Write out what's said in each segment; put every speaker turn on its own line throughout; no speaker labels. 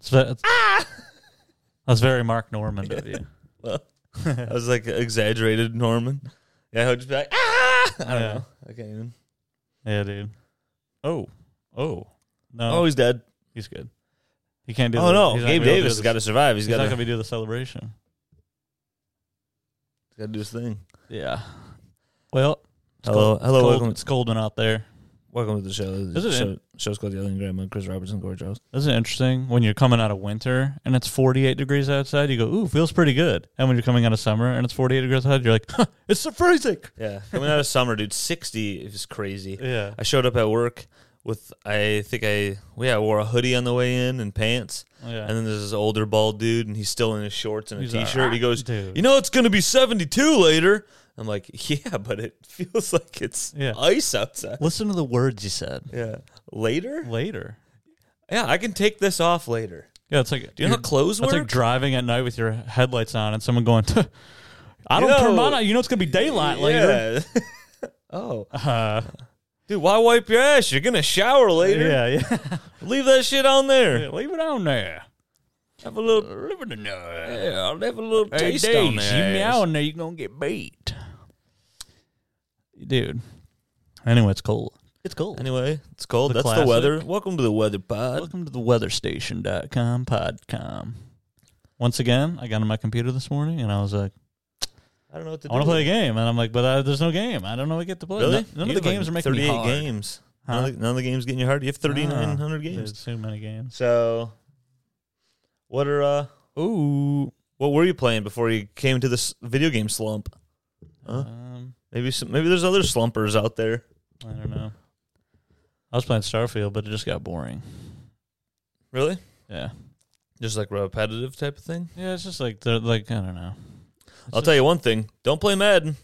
It's ve-
Ah!
That's very Mark Norman of you.
Well, I was like exaggerated Norman. Yeah, I would just be like, ah! I don't
Yeah.
know. I can't even.
Yeah, dude. Oh, oh, no,
Oh, he's dead.
he's good. He can't do.
Oh
the,
no,
he's not
Gabe
gonna be able
Davis
do
has
the-
got to survive.
He's
He's
not
got to
gonna be do the celebration.
got to do his thing.
Yeah. Well, it's
Hello,
cold-
hello,
It's,
welcome,
cold, it's Coldman out there.
welcome to the show.
This
The
is
show show's called Yelling Grandma. Chris Robertson, Corey Charles.
This is interesting. When you're coming out of winter and it's 48 degrees outside, you go, "Ooh, feels pretty good." And when you're coming out of summer and it's 48 degrees outside, you're like, huh, "It's so freezing."
Yeah, coming out of summer, dude. Sixty is crazy.
Yeah.
I showed up at work with I think I well, yeah I wore a hoodie on the way in and pants,
Yeah.
and then there's this older bald dude and he's still in his shorts and a
He's like, "Ah,
t-shirt. he goes,
dude.
you know it's gonna be seventy two later. I'm like, yeah, but it feels like it's
Yeah.
ice outside.
Listen to the words you said
Yeah, later.
later.
Yeah, I can take this off later.
Yeah, it's like
Do you know how clothes
It's
work?
like driving at night with your headlights on and someone going, "I don't
Yo.
turn mine on." You know it's gonna be daylight later.
Yeah. oh,
Uh,
dude, why wipe your ass? You're gonna shower later.
yeah, yeah.
Leave that shit on there.
Yeah, Leave it on there.
Have a little.
Uh, Leave it on there.
Yeah, I'll have a little
Hey,
taste
Daze,
on
You
there.
meow in there, you're gonna get beat, dude. Anyway, it's cold. It's cold.
Anyway, it's cold.
The
That's
classic.
the weather. Welcome to the weather pod.
Welcome to the weatherstation.com podcom. Once again, I got on my computer this morning and I was like,
I don't know what to
I want to play a game, and I'm like, but uh, there's no game. I don't know what I get to play.
Really?
None, none
You
of the
have, like,
games are making me
38
hard.
games.
Huh?
None, of the, none of the games getting you hard. You have 3,900
Ah,
games.
There's too many games.
So, what are uh,
Ooh.
what were you playing before you came to this video game slump? Huh?
Um,
Maybe some, maybe there's other slumpers out there.
I don't know. I was playing Starfield, but it just got boring.
Really?
Yeah.
Just like repetitive type of thing.
Yeah, it's just like they're like I don't know.
I'll tell you one thing: don't play Madden.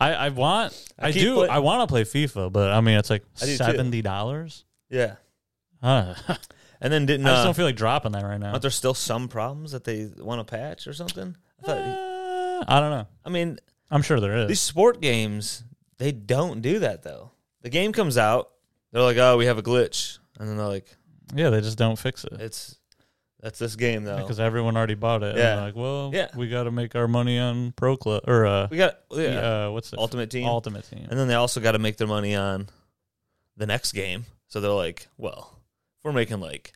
I, I want I,
I keep
do
play-
I want to play FIFA, but I mean it's like
I do too.
seventy dollars.
Yeah.
Huh. I
And then didn't
just
uh,
don't feel like dropping that right now.
aren't there still some problems that they want to patch or something? I thought.
Uh, I don't know.
I mean,
I'm sure there is.
these sport games they don't do that though. The game comes out, they're like, "Oh, we have a glitch," and then they're like,
yeah, they just don't fix it
"It's that's this game though."
because everyone already bought it. Yeah.
Yeah.
like, well,
Yeah.
we got to make our money on Pro Club or uh,
we got yeah,
yeah. uh what's it?
Ultimate Team,
Ultimate Team.
and then they also got to make their money on the next game. So they're like, "Well, if we're making like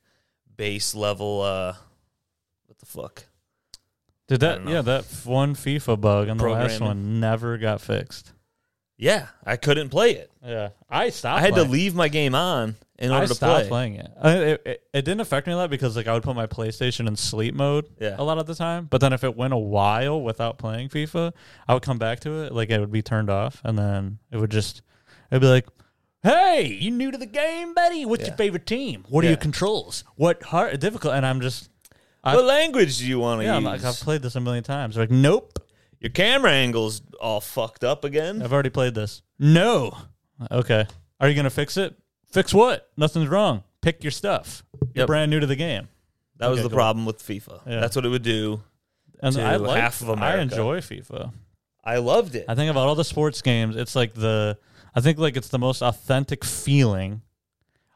base level, uh, what the fuck?"
Did
I
that?
don't know.
Yeah, that f- one FIFA bug and the last
Programming.
one never got fixed.
Yeah, I couldn't play it.
Yeah, I stopped.
I had to
playing.
leave my game on in order
I
to play.
stopped playing it. I, it, it. It didn't affect me a lot because like I would put my PlayStation in sleep mode
Yeah.
a lot of the time. But then if it went a while without playing FIFA, I would come back to it. Like it would be turned off, and then it would just it'd be like. Hey, you new to the game, buddy? What's your
Yeah.
favorite team? What are
Yeah.
your controls? What hard difficult? And I'm just I-
What language do you want to
yeah, I'm
use?
like I've played this a million times. Like, nope,
Your camera angle's all fucked up again.
I've already played this. No. Okay. Are you going to fix it? Fix what? Nothing's wrong. Pick your stuff. You're
Yep.
brand new to the game.
That was
Okay,
the
cool.
problem with FIFA.
Yeah.
That's what it would do.
And
To
I like
half of
I
America.
enjoy FIFA.
I loved it.
I think about all the sports games, it's like the I think like it's the most authentic feeling.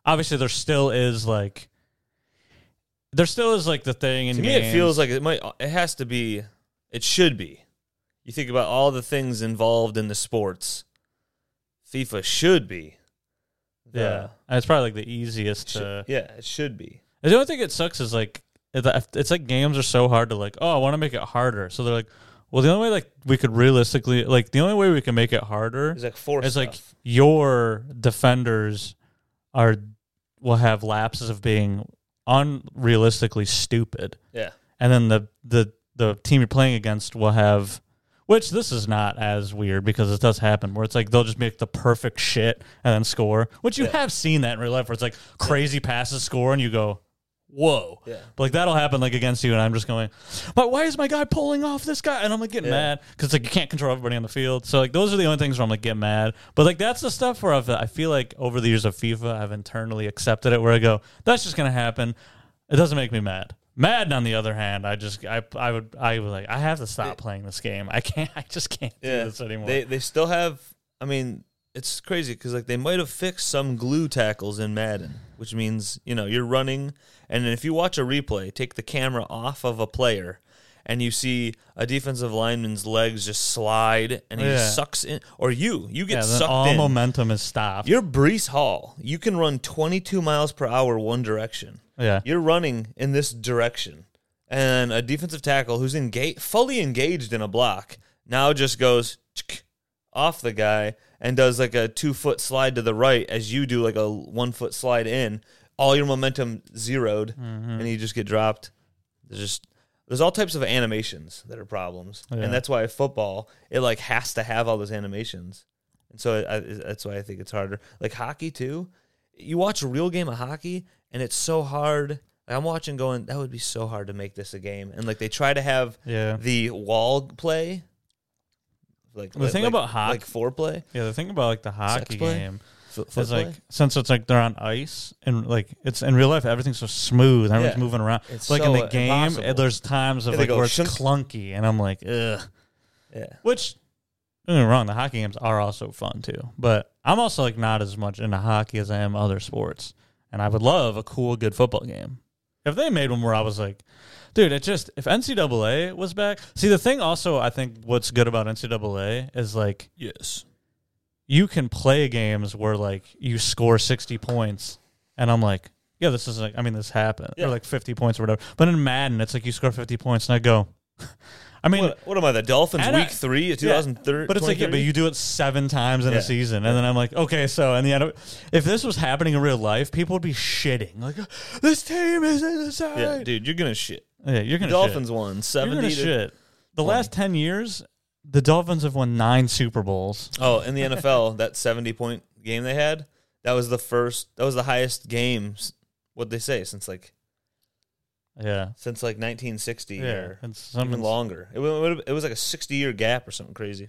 Obviously there still is like there still is like the thing in
to me, it feels like it might. It has to be. It should be. You think about all the things involved in the sports. FIFA should be. the-
yeah. And it's probably like the easiest
sh-
to
yeah, it should be.
The only thing that sucks is like it- it's like games are so hard to like. Oh, I want to make it harder. So they're like, well, the only way like we could realistically like the only way we can make it harder
It's like force.
is like
stuff.
your defenders are will have lapses of being unrealistically stupid,
yeah,
and then the the the team you're playing against will have. Which this is not as weird because it does happen where it's like they'll just make the perfect shit and then score. Which you
Yeah.
have seen that in real life where it's like crazy passes score and you go, whoa.
yeah.
But, like that'll happen like against you, and I'm just going, but why is my guy pulling off this guy? And I'm like getting
Yeah.
mad because like you can't control everybody on the field. So like those are the only things where I'm like get mad. But like that's the stuff where I've, I feel like over the years of FIFA, I've internally accepted it. Where I go, that's just gonna happen. It doesn't make me mad. Madden, on the other hand, I just I I would I was like I have to stop playing this game. I can't. I just can't do
Yeah.
this anymore.
They they still have. I mean, it's crazy because like they might have fixed some glue tackles in Madden, which means you know you're running, and if you watch a replay, take the camera off of a player, and you see a defensive lineman's legs just slide, and he
Yeah.
sucks in, or you you get
Yeah, then
sucked
all
in.
momentum is stopped.
you're Brees Hall. You can run 22 miles per hour one direction.
yeah.
You're running in this direction, and a defensive tackle who's engaged, fully engaged in a block, now just goes tsk, off the guy and does like a two foot slide to the right as you do like a one foot slide in. All your momentum zeroed, and you just get dropped. There's just there's all types of animations that are problems,
Yeah.
and that's why football it like has to have all those animations, and so I, I, that's why I think it's harder. Like hockey too, you watch a real game of hockey, and it's so hard. Like I'm watching, going that would be so hard to make this a game, and like they try to have
Yeah.
the wall play, like
The
like-
thing
like-
about hockey-
like foreplay,
Yeah, the thing about like the hockey
play?
game
foot, foot
is
play.
like since it's like they're on ice and like it's in real life everything's so smooth, everyone's
Yeah.
moving around.
It's
like in
so
the game,
impossible.
there's times of
Yeah, they
like
go
where it's
shunk.
clunky, and I'm like, ugh.
yeah,
Which don't get me wrong, the hockey games are also fun too, but I'm also like not as much into hockey as I am other sports, and I would love a cool, good football game. If they made one where I was like, dude, it just if NCAA was back. See, the thing also I think what's good about NCAA is like
yes,
you can play games where like you score 60 points and I'm like, yeah, this is like, I mean, this happened.
Yeah.
Or like 50 points or whatever. But in Madden, it's like you score 50 points and I go, I mean,
what, what am I? The Dolphins
And I-
week three of 2003.
but it's like, yeah, but you do it seven times in
Yeah.
a season. And then I'm like, okay, so, and the end, of- if this was happening in real life, people would be shitting. Like, this team is in the side.
yeah, dude, you're gonna shit.
Yeah, you're going to
Dolphins won
You're
70
gonna
to-
shit. The last 10 years, the Dolphins have won nine Super Bowls.
Oh, in the NFL, that 70 point game they had, that was the first, that was the highest game, s- what'd they say, since like,
Yeah.
since like 1960
Yeah.
or
And
even
some,
longer. It, wa- would've- it was like a 60 year gap or something crazy.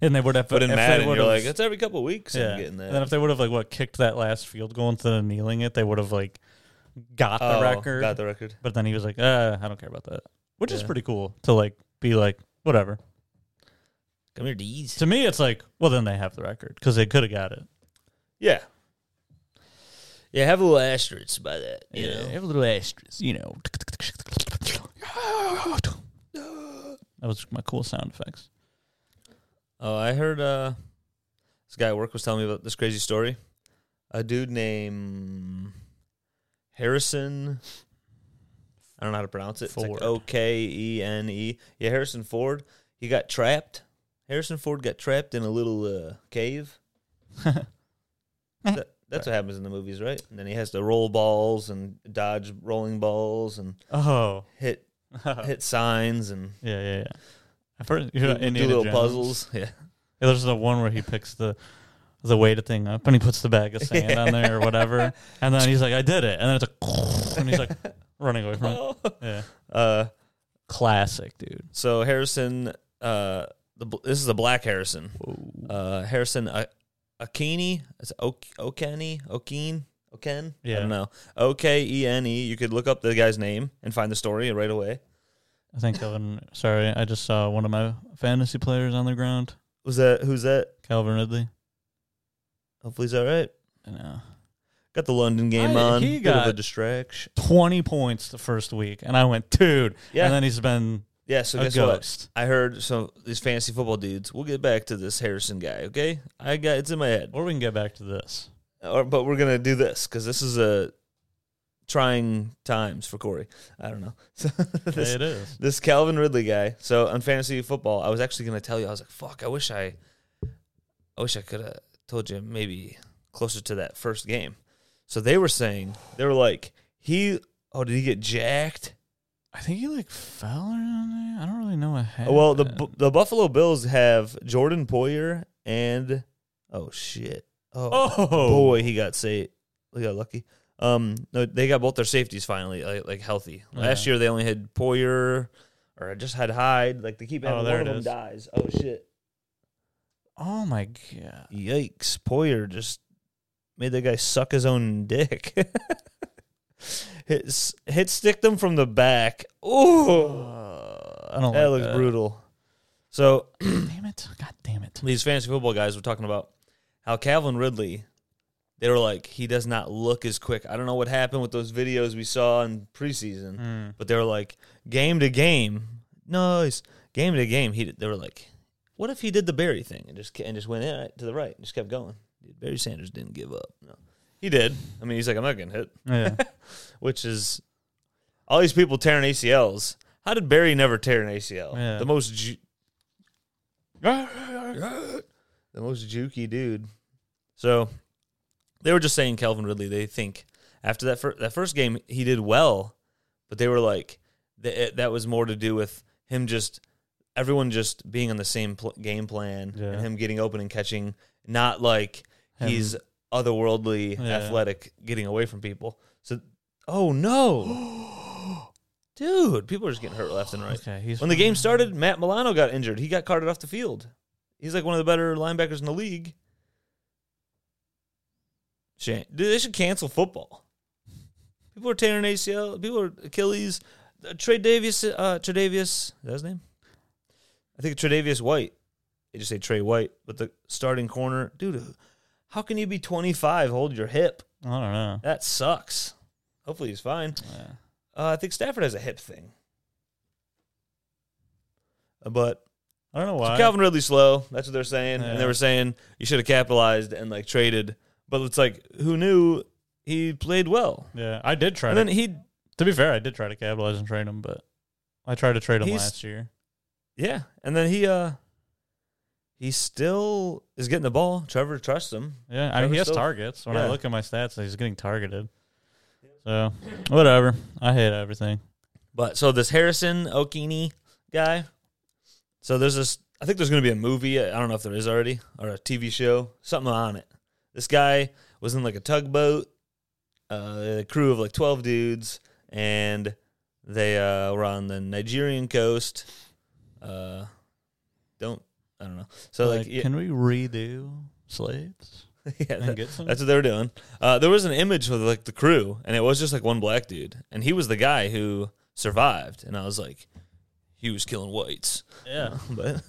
and they would have,
But in
if they
Madden,
would
you're
have-
like, it's every couple of weeks I'm getting
And then
that.
if they would have like what kicked that last field goal instead of kneeling it, they would have like got the
Oh,
record.
Got the record.
but then he was like, uh, I don't care about that. Which is
Yeah.
pretty cool to like be like, whatever.
Come here, D's.
To me, it's like, well, then they have the record because they could have got it.
Yeah. Yeah, have a little asterisk by that. You know?
have a little asterisk, you know. That was my cool sound effects.
Oh, I heard uh, this guy at work was telling me about this crazy story. A dude named Harrison. I don't know how to pronounce it. It's
Ford.
like O K E N E. Yeah, Harrison Ford. He got trapped. Harrison Ford got trapped in a little uh, cave. That- that's what happens in the movies, right? And then he has to roll balls and dodge rolling balls and
Oh,
hit
yeah,
hit signs and
yeah, yeah. At first, you
do,
know,
do
Indiana
little
Jones.
puzzles. Yeah.
Yeah, there's the one where he picks the the weighted thing up and he puts the bag of sand on there or whatever, and then he's like, "I did it," and then it's like, and he's like running away from it. Yeah,
Uh,
classic, dude.
So Harrison, uh, the bl- this is the black Harrison. Uh, Harrison uh, Akini, it's O- Okeni, Okeen, Oken. I
Yeah.
don't know. O K E N E. You could look up the guy's name and find the story right away.
I think Calvin. Sorry, I just saw one of my fantasy players on the ground,
Was that who's that?
Calvin Ridley. uh,
Hopefully he's all right.
I know.
Got the London game
I-
on.
he
Bit of a
got-
distraction.
Twenty points the first week, and I went, dude.
Yeah.
And then he's been
Yeah. So
a
guess what?
ghost.
I heard some these fantasy football dudes. We'll get back to this Harrison guy. Okay. I got it's in my head.
Or we can get back to this.
Or, but we're gonna do this because this is a trying times for Corey. I don't know. So this,
it is.
this Calvin Ridley guy. So on fantasy football, I was actually gonna tell you. I was like, fuck. I wish I, I wish I could have told you maybe closer to that first game. So they were saying they were like he. Oh, did he get jacked?
I think he like fell or something. I don't really know what happened.
Well, the Bu- the Buffalo Bills have Jordan Poyer and oh shit. Oh,
oh
boy, he got saved. He got lucky. Um, no, they got both their safeties finally, like, like healthy. Last year they only had Poyer, or I just had Hyde. Like they keep
Oh,
having
there
one of
it
them
is.
dies. Oh shit!
oh my god.
Yikes! Poyer just made that guy suck his own dick. hit, hit stick them from the back. Ooh,
I don't.
that
like
looks brutal. So
damn it! God damn it!
these fantasy football guys were talking about how Calvin Ridley, they were like, he does not look as quick. I don't know what happened with those videos we saw in preseason, but they were like, game to game, nice. Game to game, he they were like, what if he did the Barry thing and just and just went in to the right and just kept going? Barry Sanders didn't give up. No, he did. I mean, he's like, I'm not getting hit,
Yeah.
which is all these people tearing ACLs. How did Barry never tear an ACL?
Yeah.
The most. Ju- the most jukey dude. So they were just saying Calvin Ridley. They think after that fir- that first game he did well, but they were like th- it- that was more to do with him just everyone just being on the same pl- game plan
Yeah.
and him getting open and catching, not like
Him-
he's otherworldly
Yeah.
athletic getting away from people. So oh no. Dude, people are just getting hurt left and right.
Okay. He's
When the game started, Matt Milano got injured. He got carted off the field. He's like one of the better linebackers in the league. Shame. Dude, they should cancel football. People are tearing ACL. People are Achilles. Uh, Tre'Davious. Uh, Tre'Davious. Is that his name? I think Tre'Davious White. They just say Trey White, but the starting corner, dude. How can you be 25? Hold your hip.
I don't know.
That sucks. Hopefully he's fine.
Yeah.
Uh, I think Stafford has a hip thing. Uh, But
I don't know
so
why.
Calvin Ridley slow. That's what they're saying, and they
Yeah.
were saying you should have capitalized and like traded. But it's like who knew he played well,
yeah. I did try
and
to.
then he
to be fair, I did try to capitalize and trade him, but I tried to trade him
He's-
last year.
yeah, and then he uh he still is getting the ball. Trevor trusts him.
Yeah. I mean,
Trevor
he has
still-
targets. When
yeah.
I look at my stats, he's getting targeted. So whatever. I hate everything.
But so this Harrison Okini guy. So there's this. I think there's going to be a movie. I don't know if there is already or a TV show, something on it. This guy was in like a tugboat, uh, a crew of like twelve dudes, and they uh, were on the Nigerian coast. Uh, don't I don't know. So like,
like,
yeah,
can we redo slaves
yeah,
and
that-
get some?
that's what they were doing. Uh, there was an image of like the crew, and it was just like one black dude, and he was the guy who survived. And I was like, he was killing whites,
yeah.
but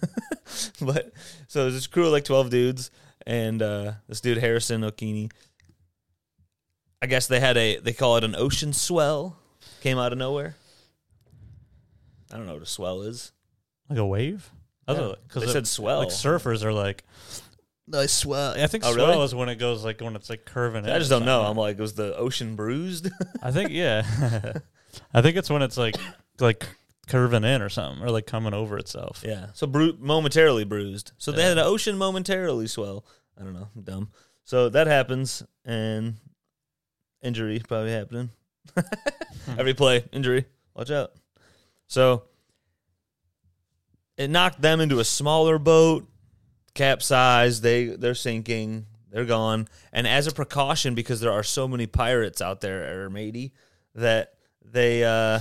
but so it was this crew of like twelve dudes, and uh, this dude Harrison Okini. I guess they had a they call it an ocean swell, came out of nowhere. I don't know what a swell is.
Like a wave? That's
Yeah.
what-
They
it-
said swell.
Like surfers are like, I swell. I think
Oh,
swell
really?
is when it goes like when it's like curving.
I
in
just
or
don't know. I'm
something.
like, was the ocean bruised?
I think yeah. I think it's when it's like like curving in or something or like coming over itself.
Yeah. So bru- momentarily bruised. So they
Yeah.
had an ocean momentarily swell. I don't know. I'm dumb. So that happens, and injury probably happening. Every play, injury. Watch out. So it knocked them into a smaller boat, capsized. They they're sinking. They're gone. And as a precaution, because there are so many pirates out there at Armady, that they uh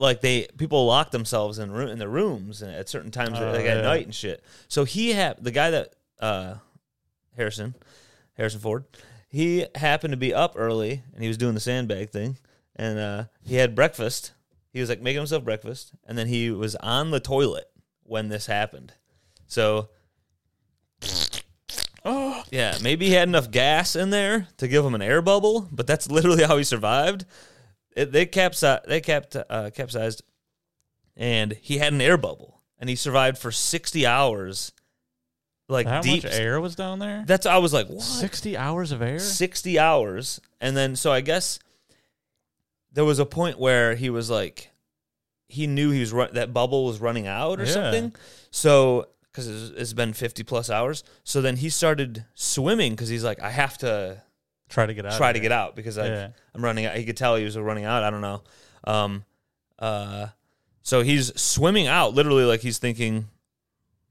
like they people lock themselves in room in their rooms and at certain times
Oh,
like
yeah.
at night and shit. So he had the guy that uh Harrison Harrison Ford he happened to be up early and he was doing the sandbag thing and uh he had breakfast. He was like making himself breakfast and then he was on the toilet when this happened. So
Oh,
yeah, maybe he had enough gas in there to give him an air bubble, but that's literally how he survived. It, they capsized, they capped, uh, capsized, and he had an air bubble, and he survived for sixty hours. Like
how
deep.
much air was down there?
That's I was like, what?
Sixty hours of air.
60 hours. And then, so I guess there was a point where he was like, he knew he was run- that bubble was running out or
Yeah.
something. So, because it's, it's been 50 plus hours. So then he started swimming because he's like, I have to
Try to get out.
try to get out because like,
Yeah.
I'm running out. He could tell he was running out. I don't know. Um, uh, so he's swimming out, literally, like he's thinking,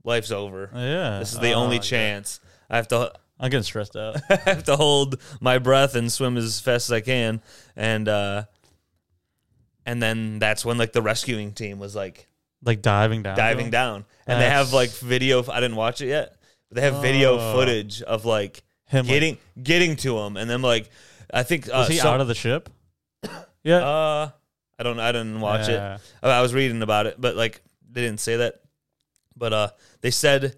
life's over.
Yeah.
This is the
Oh,
only
yeah.
chance. I have to
I'm getting stressed out.
I have to hold my breath and swim as fast as I can. And uh and then that's when like the rescuing team was like
like diving down.
diving down. And they have
That's-
like video I didn't watch it yet. But they have video
Oh.
footage of like
Him like-
getting getting to him and then like I think uh,
Was he
some-
out of the ship? Yeah.
uh I don't I didn't watch it.
yeah.
I was reading about it, but like they didn't say that. But uh, they said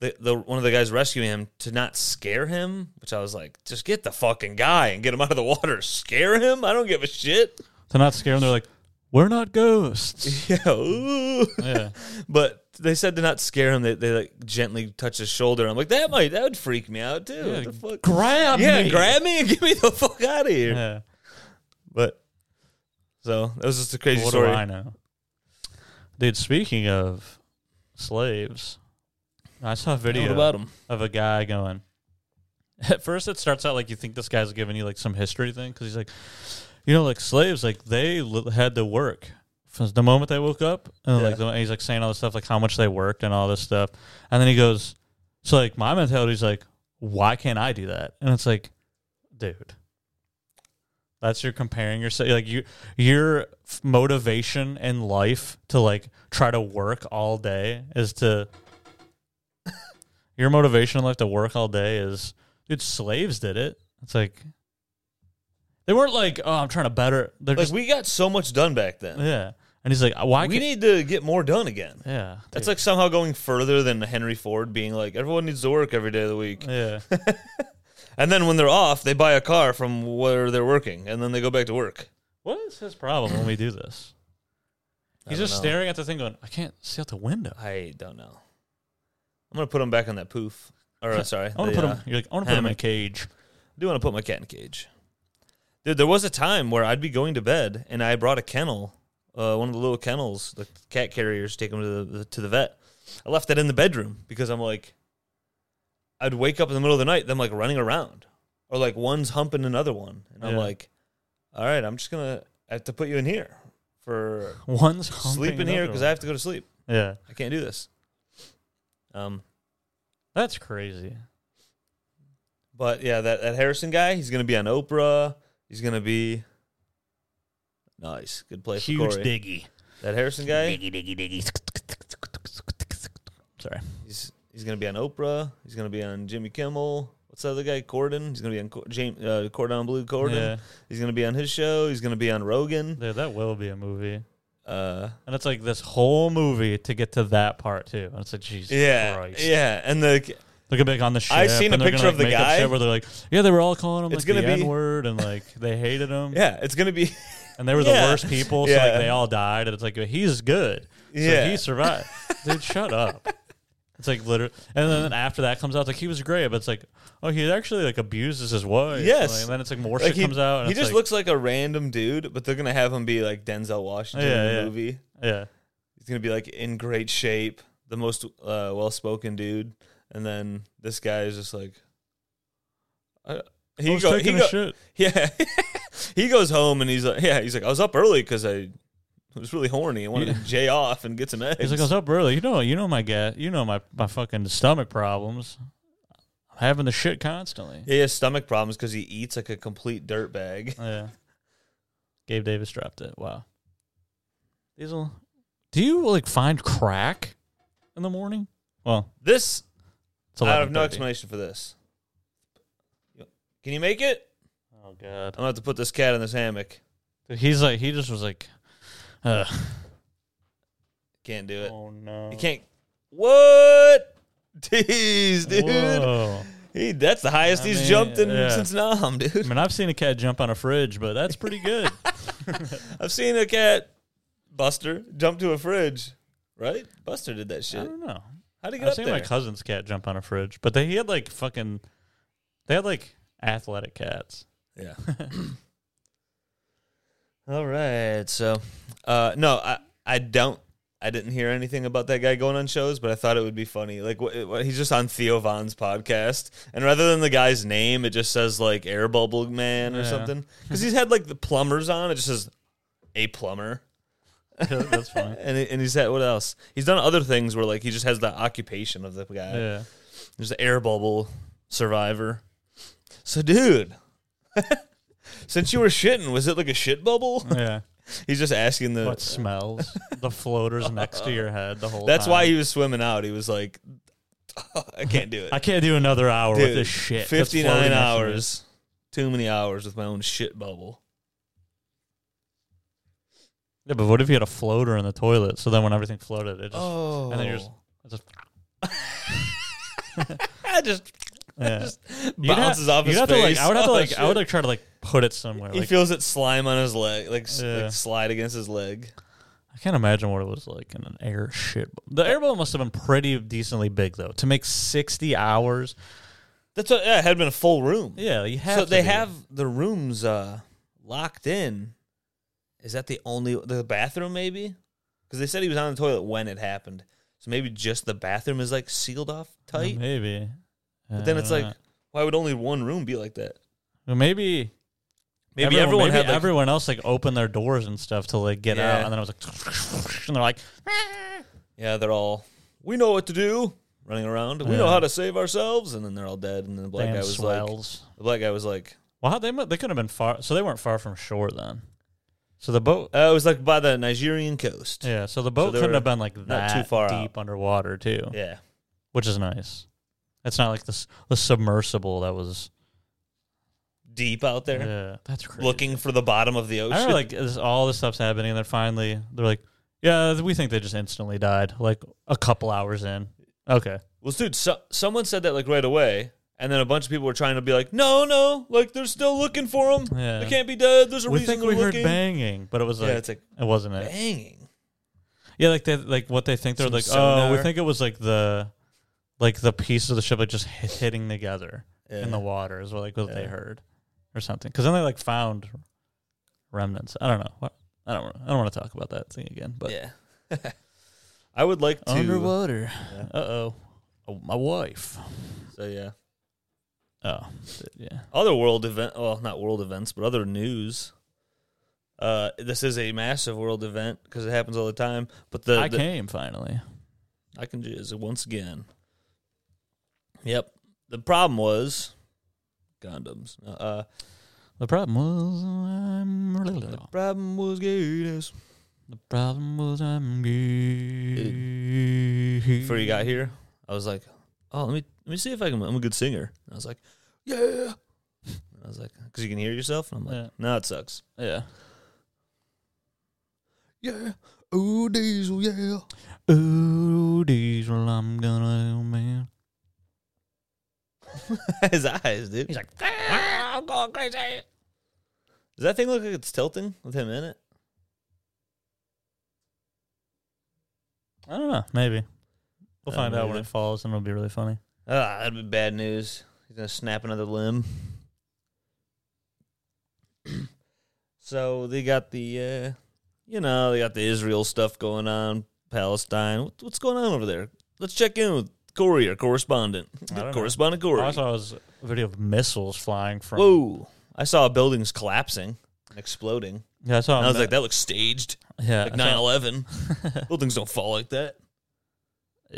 the, the one of the guys rescuing him to not scare him, which I was like, just get the fucking guy and get him out of the water. Scare him? I don't give a shit.
To not scare them, they're like, we're not ghosts.
Yeah. ooh.
Yeah.
But they said to not scare him. They, they like gently touch his shoulder. I'm like, that might that would freak me out too. What the fuck?
grab
yeah,
me.
grab me and get me the fuck out of here.
Yeah.
But so that was just a crazy
What
story.
do I know? Dude, speaking of slaves, I saw a video
What about him?
of a guy going. At first, it starts out like you think this guy's giving you like some history thing because he's like, you know, like slaves, like they l- had to work from the moment they woke up, and like the, he's like saying all this stuff, like how much they worked and all this stuff, and then he goes, so like my mentality's like, why can't I do that? And it's like, dude, that's you're comparing yourself, like you your f- motivation in life to like try to work all day is to your motivation in life to work all day is dude slaves did it it's like they weren't like oh i'm trying to better they're
Like
just
we got so much done back then.
yeah and he's like why
we
can't
need to get more done again.
yeah
That's
dude.
like somehow going further than Henry Ford being like, everyone needs to work every day of the week.
yeah
And then when they're off, they buy a car from where they're working and then they go back to work.
what is his problem when we do this he's
don't
just
know.
staring at the thing going i can't see out the window
I don't know. I'm going to put them back on that poof. Or, uh, sorry.
i want
the,
to put
uh,
him you're like i want to put him in a
hammock.
cage
I do want to put my cat in a cage. Dude, there was a time where I'd be going to bed and I brought a kennel, uh, one of the little kennels, the cat carriers, take them to the to the vet. I left that in the bedroom because I'm like, I'd wake up in the middle of the night, them like running around, or like one's humping another one, and I'm
Yeah.
like, all right, I'm just gonna I have to put you in here for
one's
sleep in here because I have to go to sleep.
yeah
I can't do this. Um,
that's crazy
But yeah, that, that Harrison guy, he's gonna be on Oprah. He's gonna be nice. Good play for
huge
Corey.
diggy
That Harrison guy,
diggy diggy sorry
he's he's gonna be on Oprah. He's gonna be on Jimmy Kimmel. What's the other guy? Corden. He's gonna be on Cor- James uh, Cordon Blue Corden.
Yeah.
He's gonna be on his show. He's gonna be on Rogan.
Dude, that will be a movie
Uh,
And it's like this whole movie to get to that part too. And it's like Jesus
yeah,
Christ.
yeah. And the
They're gonna be like on the ship.
I've seen a
and they're
picture
gonna,
of the
like, make up
guy.
shit where they're like, yeah, they were all calling him
It's
like
gonna
the
be-
N word and like they hated him.
yeah, it's gonna be
And they were
Yeah.
the worst people. So
Yeah.
like they all died. And it's like he's good. So
Yeah.
he survived. Dude, shut up. It's like literally, and then after that comes out, it's like he was great, but it's like, oh, he actually like abuses his wife.
Yes.
Like, and then it's like more
like
shit
he,
comes out. And
he
it's
just
like,
looks like a random dude, but they're gonna have him be like Denzel Washington in
Yeah,
the
yeah.
movie.
yeah,
he's gonna be like in great shape, the most uh, well spoken dude, and then this guy is just like, I, he
I was
go- he
taking a
go-
shit.
yeah, he goes home and he's like, yeah, he's like, I was up early because I was really horny and wanted to jay off and get some eggs.
He's like, I was up early. You know, you know my gas. You know my my fucking stomach problems. I'm having the shit constantly.
yeah, he has stomach problems because he eats like a complete dirt bag.
Oh, Yeah. Gabe Davis dropped it. Wow. Diesel, do you like find crack in the morning? Well,
This
it's
I have no
11:30.
explanation for this. Can you make it?
Oh god.
I'm gonna have to put this cat in this hammock.
Dude, He's like he just was like, uh,
Can't do it.
oh no.
You can't. What? Jeez, dude.
Whoa.
He, that's the highest
I
he's
mean,
jumped in
yeah.
since Nam,
I
dude.
mean, I've seen a cat jump on a fridge, but that's pretty good.
I've seen a cat, Buster, jump to a fridge. Right? Buster did that
I
shit.
don't know.
How'd he get
I've
up
seen
there?
my cousin's cat jump on a fridge, but they, he had like fucking, they had like athletic cats.
yeah. All right. So, uh, no, I, I don't. I didn't hear anything about that guy going on shows, but I thought it would be funny. Like, wh- wh- he's just on Theo Vaughn's podcast, and rather than the guy's name, it just says like Air Bubble Man or
Yeah.
something. Because he's had like the plumbers on. It just says a plumber.
That's funny.
And, he- and he's had what else? He's done other things where like he just has the occupation of the guy.
Yeah.
There's the air bubble survivor. So dude, since you were shitting, was it like a shit bubble?
Yeah.
he's just asking the.
What smells? The floaters next to your head the whole
that's
time.
why he was swimming out. He was like, I can't do it.
I can't do another hour with
Dude,
this shit. that's
Fifty nine
floating next to me.
hours. Too many hours with my own shit bubble.
Yeah, but what if you had a floater in the toilet? So then when everything floated, it just.
Oh,
And then you're just. it just
just
Yeah. You'd have-
bounces off
you'd
his
have to, like,
face.
I would have to
Oh,
like I would
shit.
like try to like put it somewhere.
He
Like,
feels it slime on his leg, like, s-
Yeah.
like slide against his leg.
I can't imagine what it was like in an air shit. The air bubble must have been pretty decently big though. To make sixty hours,
That's what. Yeah, it had been a full room.
yeah, you have.
so
to
they
be.
have the rooms uh, locked in. Is that the only the bathroom? Maybe because they said he was on the toilet when it happened. So maybe just the bathroom is like sealed off tight.
maybe.
But then it's like, why would only one room be like that?
Well, maybe
Maybe everyone,
maybe
had like,
everyone else like opened their doors and stuff to like get out,
Yeah.
and then I was like, and they're like,
yeah, they're all we know what to do, running around. We know
Yeah.
how to save ourselves, and then they're all dead. And then the black
damn
guy was like,
swells.
the black guy was like,
well, how they mu- they could have been far, so they weren't far from shore then. So the boat,
uh, it was like by the Nigerian coast.
yeah, so the boat
they
couldn't
were
have been like that
too far out.
deep underwater too,
yeah.
which is nice. It's not like the s- the submersible that was.
deep out there,
Yeah, that's crazy.
looking for the bottom of the
I
ocean.
remember like this, all this stuff's happening, and then finally they're like, "Yeah, we think they just instantly died, like a couple hours in." Okay,
Well, dude, so, someone said that like right away, and then a bunch of people were trying to be like, "No, no, like they're still looking for them.
Yeah.
They can't be dead. There's a
we
reason
think
they're
we heard
looking."
banging, but it was
yeah,
like
it's like
it wasn't it.
banging.
Yeah, like they like what they think they're
Some
like. Oh, we
sonar.
think it was like the like the pieces of the ship like just hit, hitting together
Yeah.
in the water is what like what they
Yeah.
heard or something. Because then they like found remnants. I don't know. What I don't. I don't want to talk about that thing again. But
yeah, I would like to.
underwater.
Yeah.
Uh oh. Oh, my wife.
So yeah,
Oh, shit, yeah.
other world event. Well, not world events, but other news. Uh, this is a massive world event because it happens all the time. But the
I
the-
came finally.
I can jizz it once again. Yep. The problem was condoms. Uh, Uh,
The problem was I'm really
the problem was gayness.
The problem was I'm gay.
Before you got here, I was like, "Oh, let me let me see if I can." I'm a good singer. And I was like, "Yeah." And I was like, "Cause you can hear yourself." And I'm like,
Yeah.
"No, it sucks."
Yeah.
Yeah. Oh, diesel. Yeah.
Ooh, diesel, I'm gonna, oh, man.
His eyes, dude. He's like, "Ah, "I'm going crazy." Does that thing look like it's tilting with him in it?
I don't know. Maybe. We'll
I
find
don't
out
know
when it
either.
falls, and it'll be really funny.
Ah, that'd be bad news. He's gonna snap another limb. so they got the, uh, you know, they got the Israel stuff going on, Palestine. What, what's going on over there? Let's check in with Corey, our correspondent.
I don't know.
correspondent
All
Corey.
I saw was a video of missiles flying from.
Whoa! I saw buildings collapsing, and exploding.
Yeah, I saw.
And I
a
was
mi-
like, that looks staged.
yeah,
Like
I saw-
9/11. buildings don't fall like that.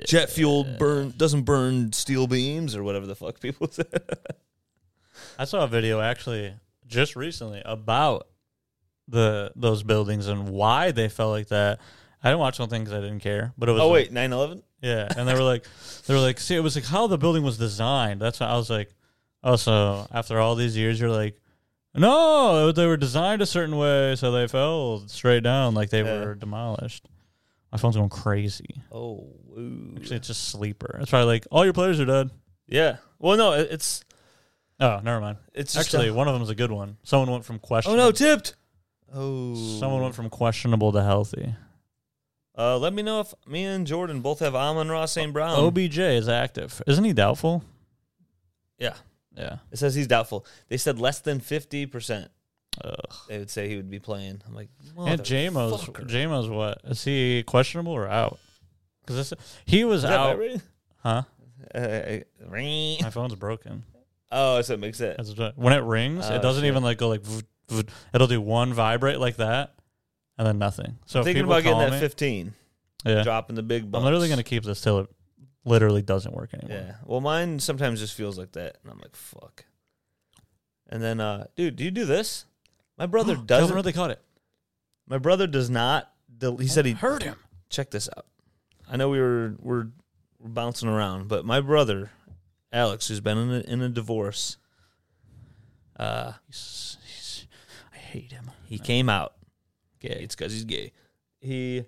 Jet fueled burn doesn't burn steel beams or whatever the fuck people say.
I saw a video actually just recently about the those buildings and why they felt like that. I didn't watch one thing because I didn't care, but it was
oh
like-
wait, 9/11.
yeah. And they were like, they were like, see, it was like how the building was designed. That's why I was like, oh, so after all these years, you're like, no, they were designed a certain way, so they fell straight down, like they
Yeah.
were demolished. My phone's going crazy.
Oh, woo.
Actually, it's just sleeper. It's probably like all your players are dead.
yeah. Well, no, it- it's
Oh, never mind.
it's just
Actually,
a-
one of them is a good one. Someone went from question.
oh no, tipped. Oh,
Someone went from questionable to healthy.
Uh, let me know if me and Jordan both have Amon Ross St. Brown.
OBJ is active. Isn't he doubtful?
yeah,
Yeah.
it says he's doubtful. They said less than fifty percent.
Ugh.
They would say he would be playing. I'm like,
And JMO's
motherfucker.
JMO's what? Is he questionable or out? Because he was
Is that
out.
right?
Huh?
Uh, ring.
My phone's broken.
oh, so it makes it.
That's what- when it rings,
Oh,
it doesn't
shit.
even like go like. vroom, vroom. It'll do one vibrate like that, and then nothing. So if
Thinking
people
about
call
getting that
me,
15,
yeah,
dropping the big. Bumps.
I'm literally gonna keep this till it literally doesn't work anymore.
Yeah. Well, mine sometimes just feels like that, and I'm like, fuck. And then, uh, dude, do you do this? My brother doesn't.
Doesn't really caught it.
My brother does not. del- He said he
heard him.
check this out. I know we were we're, we're bouncing around, but my brother, Alex, who's been in a, in a divorce, uh,
He's, he's, I hate him.
he came out.
Gay.
It's because he's gay. He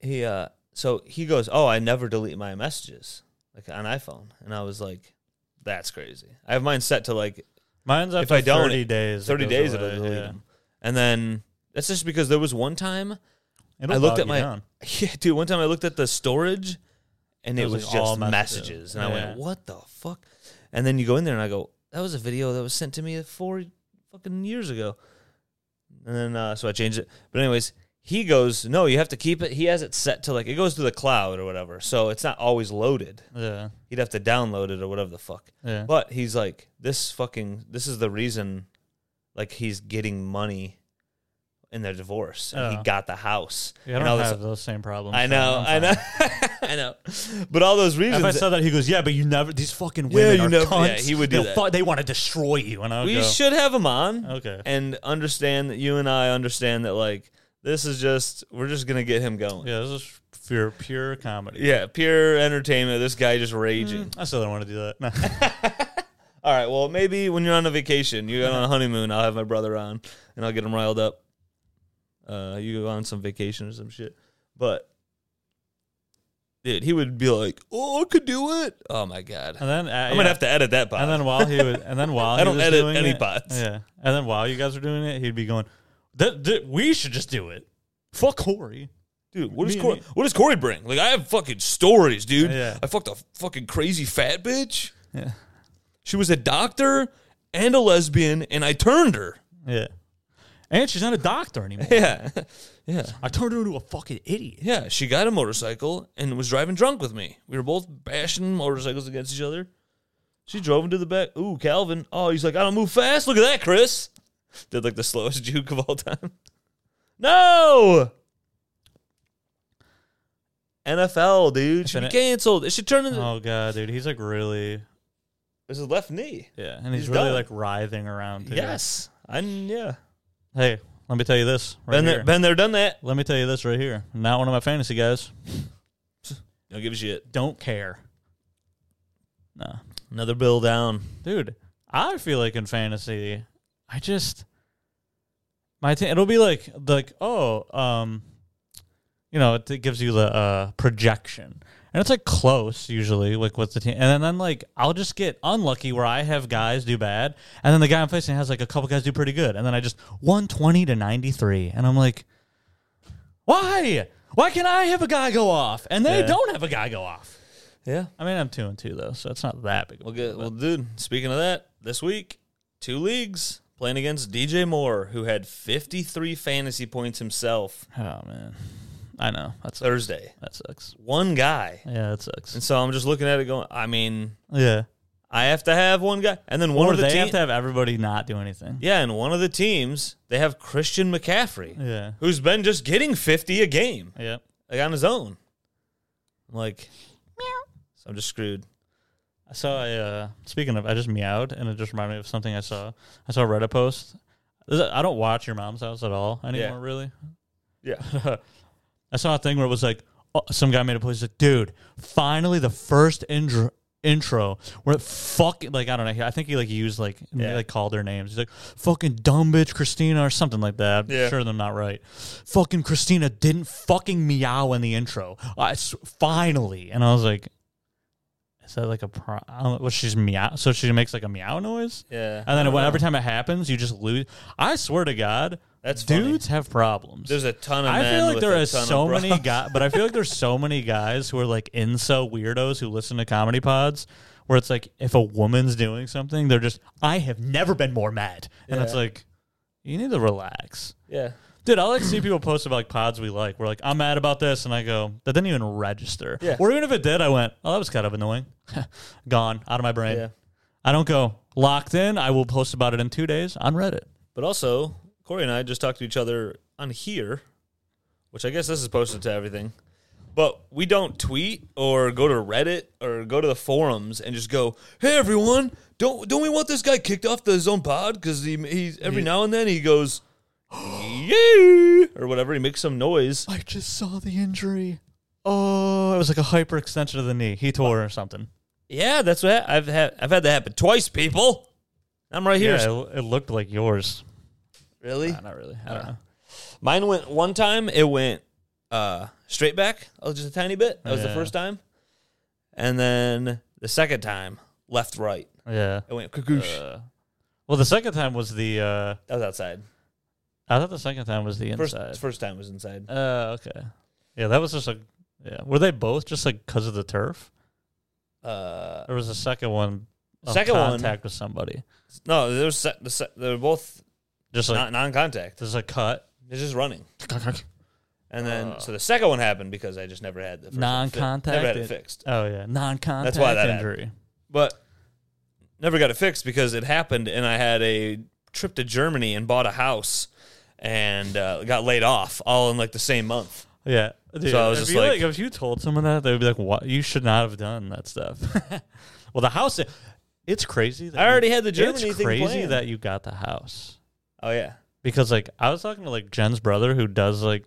he uh, so he goes, oh, I never delete my messages. like on iPhone, and I was like, "That's crazy." I have mine set to like
Mine's after
If I don't,
thirty days. it
thirty
goes
days
away,
it'll delete
yeah.
them, and then that's just because there was one time,
It'll
I looked
bog
at
you
my-
down.
yeah, dude, one time I looked at the storage, and
It
it,
was,
was,
like, all
just
messages.
messages, and I
Yeah.
went, "What the fuck?" And then you go in there, and I go, "That was a video that was sent to me four fucking years ago," and then uh, so I changed it. But anyways. He goes, no, you have to keep it. He has it set to like it goes to the cloud or whatever, so it's not always loaded.
Yeah,
He'd have to download it or whatever the fuck.
yeah.
But he's like, this fucking, this is the reason, like, he's getting money in their divorce. And
Oh.
he got the house.
Yeah, I
and all
don't
this-
have those same problems.
I know, I
I'm
know,
fine.
I know. But all those
If
reasons.
I said that, he goes, "Yeah, but you never. These fucking
Yeah,
women
you
are
never-
cunts.
yeah, he would do
They'll
that.
fu- they want to destroy you." And I would
we
go,
should have him on
"Okay,
and understand that you and I understand that, like, this is just, we're just going to get him going. Yeah.
yeah, this is pure pure comedy."
pure entertainment. This guy just raging.
I still don't want to do that. No.
All right, well, maybe when you're on a vacation, you go on a
Mm-hmm.
honeymoon, I'll have my brother on and I'll get him riled up. Uh, you go on some vacation or some shit. But, dude, he would be like, oh, I could do it. Oh, my God.
and then uh,
I'm going to have to edit that part.
And then while he would, and then while
I
he
don't
was
edit
doing
any
it,
pods.
Yeah, and then while you guys were doing it, he'd be going, "That that- we should just do it. Fuck Corey."
dude, what does,
me and
Corey,
me-
what does Corey bring? Like, I have fucking stories, dude.
Yeah.
I fucked a fucking crazy fat bitch.
Yeah,
She was a doctor and a lesbian, and I turned her.
yeah. And she's not a doctor anymore.
Yeah. yeah.
I turned her into a fucking idiot.
Yeah, she got a motorcycle and was driving drunk with me. We were both bashing motorcycles against each other. She drove into the back. Ooh, Calvin. Oh, he's like, I don't move fast. Look at that, Chris. Did like the slowest juke of all time. No. NFL, dude. She
If
be
it-
canceled. She turned into.
Oh god, dude, he's like really,
It's his left knee.
yeah, and he's,
He's
really
done.
like writhing around. Too.
Yes. I, yeah.
Hey, let me tell you this right
Been
here.
there, been there, done that.
let me tell you this right here. Not one of my fantasy guys.
Don't give a shit.
Don't care. Nah,
Another bill down.
dude. I feel like in fantasy, I just my team. It'll be like like oh um, you know it, it gives you the uh projection, and it's like close usually like what's the team, and then, then like I'll just get unlucky where I have guys do bad, and then the guy I'm facing has like a couple guys do pretty good, and then I just one twenty to ninety three, and I'm like, why? Why can I have a guy go off and they
Yeah.
don't have a guy go off?
Yeah.
I mean, I'm two and two though, so it's not that big. of a
Well, good. Well, dude, speaking of that, this week, two leagues playing against DJ Moore, who had 53 fantasy points himself
Oh man, I know that sucks.
Thursday.
That sucks.
One guy.
Yeah, that sucks.
And so I'm just looking at it going, I mean,
Yeah,
I have to have one guy. And then one
or
of the
they have
teams.
to have everybody not do anything.
yeah, and one of the teams, they have Christian McCaffrey,
Yeah,
who's been just getting 50 a game,
yeah.
like on his own. I'm like, so I'm just screwed.
I saw a. Uh, speaking of, I just meowed, and it just reminded me of something I saw. I saw a Reddit post. This- I don't watch your mom's house at all anymore,
Yeah.
really.
Yeah.
I saw a thing where it was like, oh, some guy made a post like, dude, finally the first intro intro where it fucking like I don't know. I think he like used like and they,
Yeah.
like called their names. He's like, fucking dumb bitch Christina or something like that. I'm
Yeah.
sure they're not right. Fucking Christina didn't fucking meow in the intro. I s finally, and I was like. Is that like a pro? I don't know, what she's meow? So she makes like a meow noise,
Yeah.
and then
I don't
when-
know.
every time it happens, you just lose. I swear to God,
That's funny.
dudes have problems.
There's a ton of
I
men
feel like
with
there
a
are
ton of
so many
problems.
guys, but I feel like there's so many guys who are like inso weirdos who listen to comedy pods, where it's like if a woman's doing something, they're just I have never been more mad, and it's
Yeah.
like you need to relax,
Yeah.
dude. I like see people post about like pods we like. We're like I'm mad about this, and I go that didn't even register,
Yeah.
or even if it did, I went oh that was kind of annoying, gone out of my brain.
Yeah.
I don't go locked in. I will post about it in two days on Reddit.
But also, Corey and I just talked to each other on here, which I guess this is posted to everything. But we don't tweet or go to Reddit or go to the forums and just go, "Hey everyone, don't don't we want this guy kicked off the zone pod because he he's every now and then he goes, yeah or whatever he makes some noise."
I just saw the injury. Oh, it was like a hyperextension of the knee. He tore or something.
Yeah, that's what ha- I've had. I've had that happen twice, people. I'm right here.
Yeah, it, it looked like yours.
Really?
Not really. I don't know.
Mine went one time. It went uh, straight back, oh, just a tiny bit. That was
Yeah.
the first time. and then the second time left right.
Yeah.
It went cuckoosh.
Uh, well, the second time was the. Uh,
that was outside.
I thought the second time was the
First,
inside.
first time was inside.
Uh, okay. Yeah, that was just like. Yeah. Were they both just like because of the turf?
Uh,
There was a second one. Of
Second one-
contact with somebody.
no, they were se- the se- they were both
Just like
not non-contact.
there's a cut.
They're just running. And then
Uh.
so the second one happened because I just never had the first one fi-
Non-contact
Never had it
it-
fixed,
Oh yeah, non-contact
That's why that happened.
injury.
but never got it fixed because it happened, and I had a trip to Germany and bought a house and uh, got laid off all in like the same month.
Yeah. Dude,
I was
if
just
you,
like-
if you told someone that, they'd be like, "What? You should not have done that stuff." well, the house, it's crazy. That
I already had the
you,
Germany
It's
thing
crazy
planned.
that you got the house
oh yeah,
because, like, I was talking to like Jen's brother who does like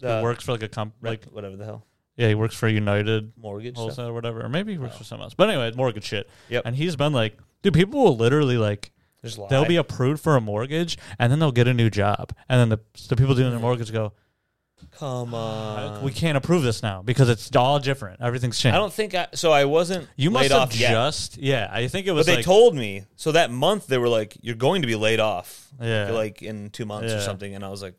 who
The
works for like a comp
rent-
like
whatever the hell
yeah he works for United
mortgage. stuff.
wholesale or whatever or maybe he works for something else. But anyway, mortgage shit.
Oh. Yep.
And he's been like, dude, people will literally like
There's
they'll be approved for a mortgage and then they'll get a new job and then the the people doing their mortgage go,
come on.
Uh, we can't approve this now because it's all different. Everything's changed.
I don't think I. So I wasn't.
You must
laid
have
off yet.
just yeah. I think it
But
was
they
like
told me. So that month they were like, "You're going to be laid off."
Yeah.
Like in two months or
Yeah.
something, and I was like,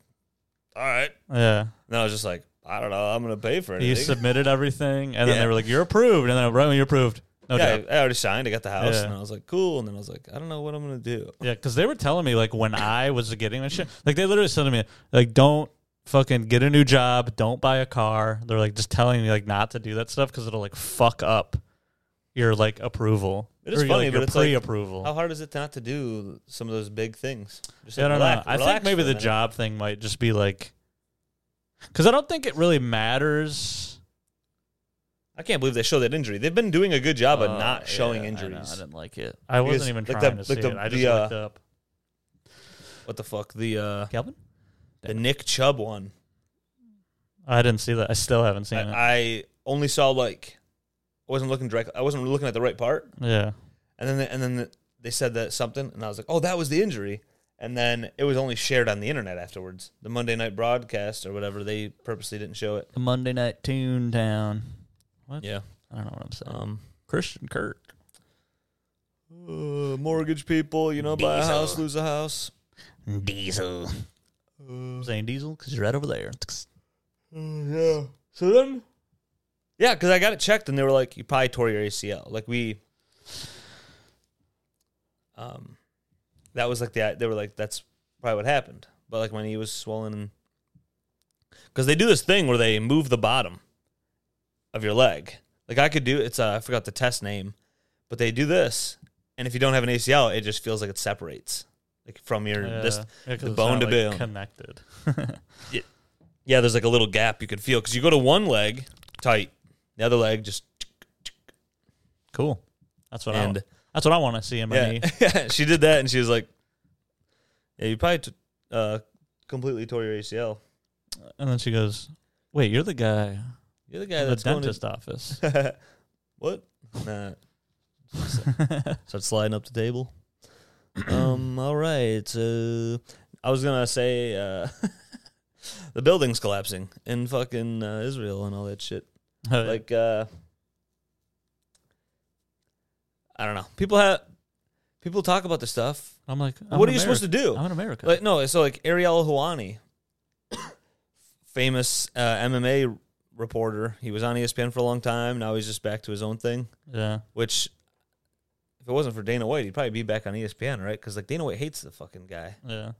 "All right."
yeah.
And I was just like, "I don't know. I'm gonna pay for
You
anything."
submitted everything, and then
Yeah.
they were like, "You're approved," and then right when you're approved, no
yeah,
job.
I, I already signed. I got the house,
Yeah.
and I was like, "Cool." And then I was like, "I don't know what I'm gonna do."
Yeah, because they were telling me like when I was getting that shit, like they literally said to me like, "Don't fucking get a new job, don't buy a car." They're like just telling me like not to do that stuff because it'll like fuck up your like approval.
It is
or,
funny,
like,
but
your
it's like-
pre-approval.
How hard is it not to do some of those big things? Just
Yeah, I
like,
don't
relax-
know. I think
relax
maybe
for a
the
minute.
job thing might just be like, because I don't think it really matters.
I can't believe they show that injury. They've been doing a good job of
Uh,
not showing
yeah, I know,
injuries.
I, didn't like it. I
Because,
wasn't even
like,
trying
the-
to
like,
see
the-
it. I just
the, uh,
looked up.
what the fuck? The uh,
Kelvin?
the Nick Chubb one.
I didn't see that. I still haven't seen it.
I, I only saw like I wasn't looking directly. I wasn't looking at the right part,
yeah.
and then and then they said that something, and I was like, "Oh, that was the injury." And then it was only shared on the internet afterwards. The Monday night broadcast or whatever they purposely didn't show it.
The Monday Night Toontown. What?
Yeah.
I don't know what I'm saying.
Um,
Christian Kirk.
uh, mortgage people, you know, buy a
Diesel.
house, lose a house.
Diesel.
Uh,
I'm saying Diesel because you're right over there.
yeah. So then, yeah, because I got it checked, and they were like, "You probably tore your ACL." Like we, um, that was like the they were like, "That's probably what happened." But like my knee was swollen, and because they do this thing where they move the bottom of your leg. Like I could do it's uh, I forgot the test name, but they do this, and if you don't have an ACL, it just feels like it separates like from your this the bone to bone.
Connected.
yeah, there's like a little gap you could feel because you go to one leg tight, the other leg just
cool. That's what I.
and
want. That's what I want to see in my knee.
yeah. she did that and she was like, "Yeah, you probably t- uh, completely tore your ACL."
And then she goes, "Wait, you're the guy.
You're the guy
the
that's going
dentist
to
office."
what? Nah, start sliding up the table. um. All right. So I was gonna say uh, the building's collapsing in fucking uh, Israel and all that shit. like uh I don't know. People have people talk about this stuff.
I'm like,
what are you supposed to do?
I'm in America.
Like no, so like Ariel Hawani, famous uh, MMA reporter. He was on E ESPN for a long time. Now he's just back to his own thing.
yeah.
Which, if it wasn't for Dana White, he'd probably be back on E ESPN, right? Because like Dana White hates the fucking guy.
Yeah.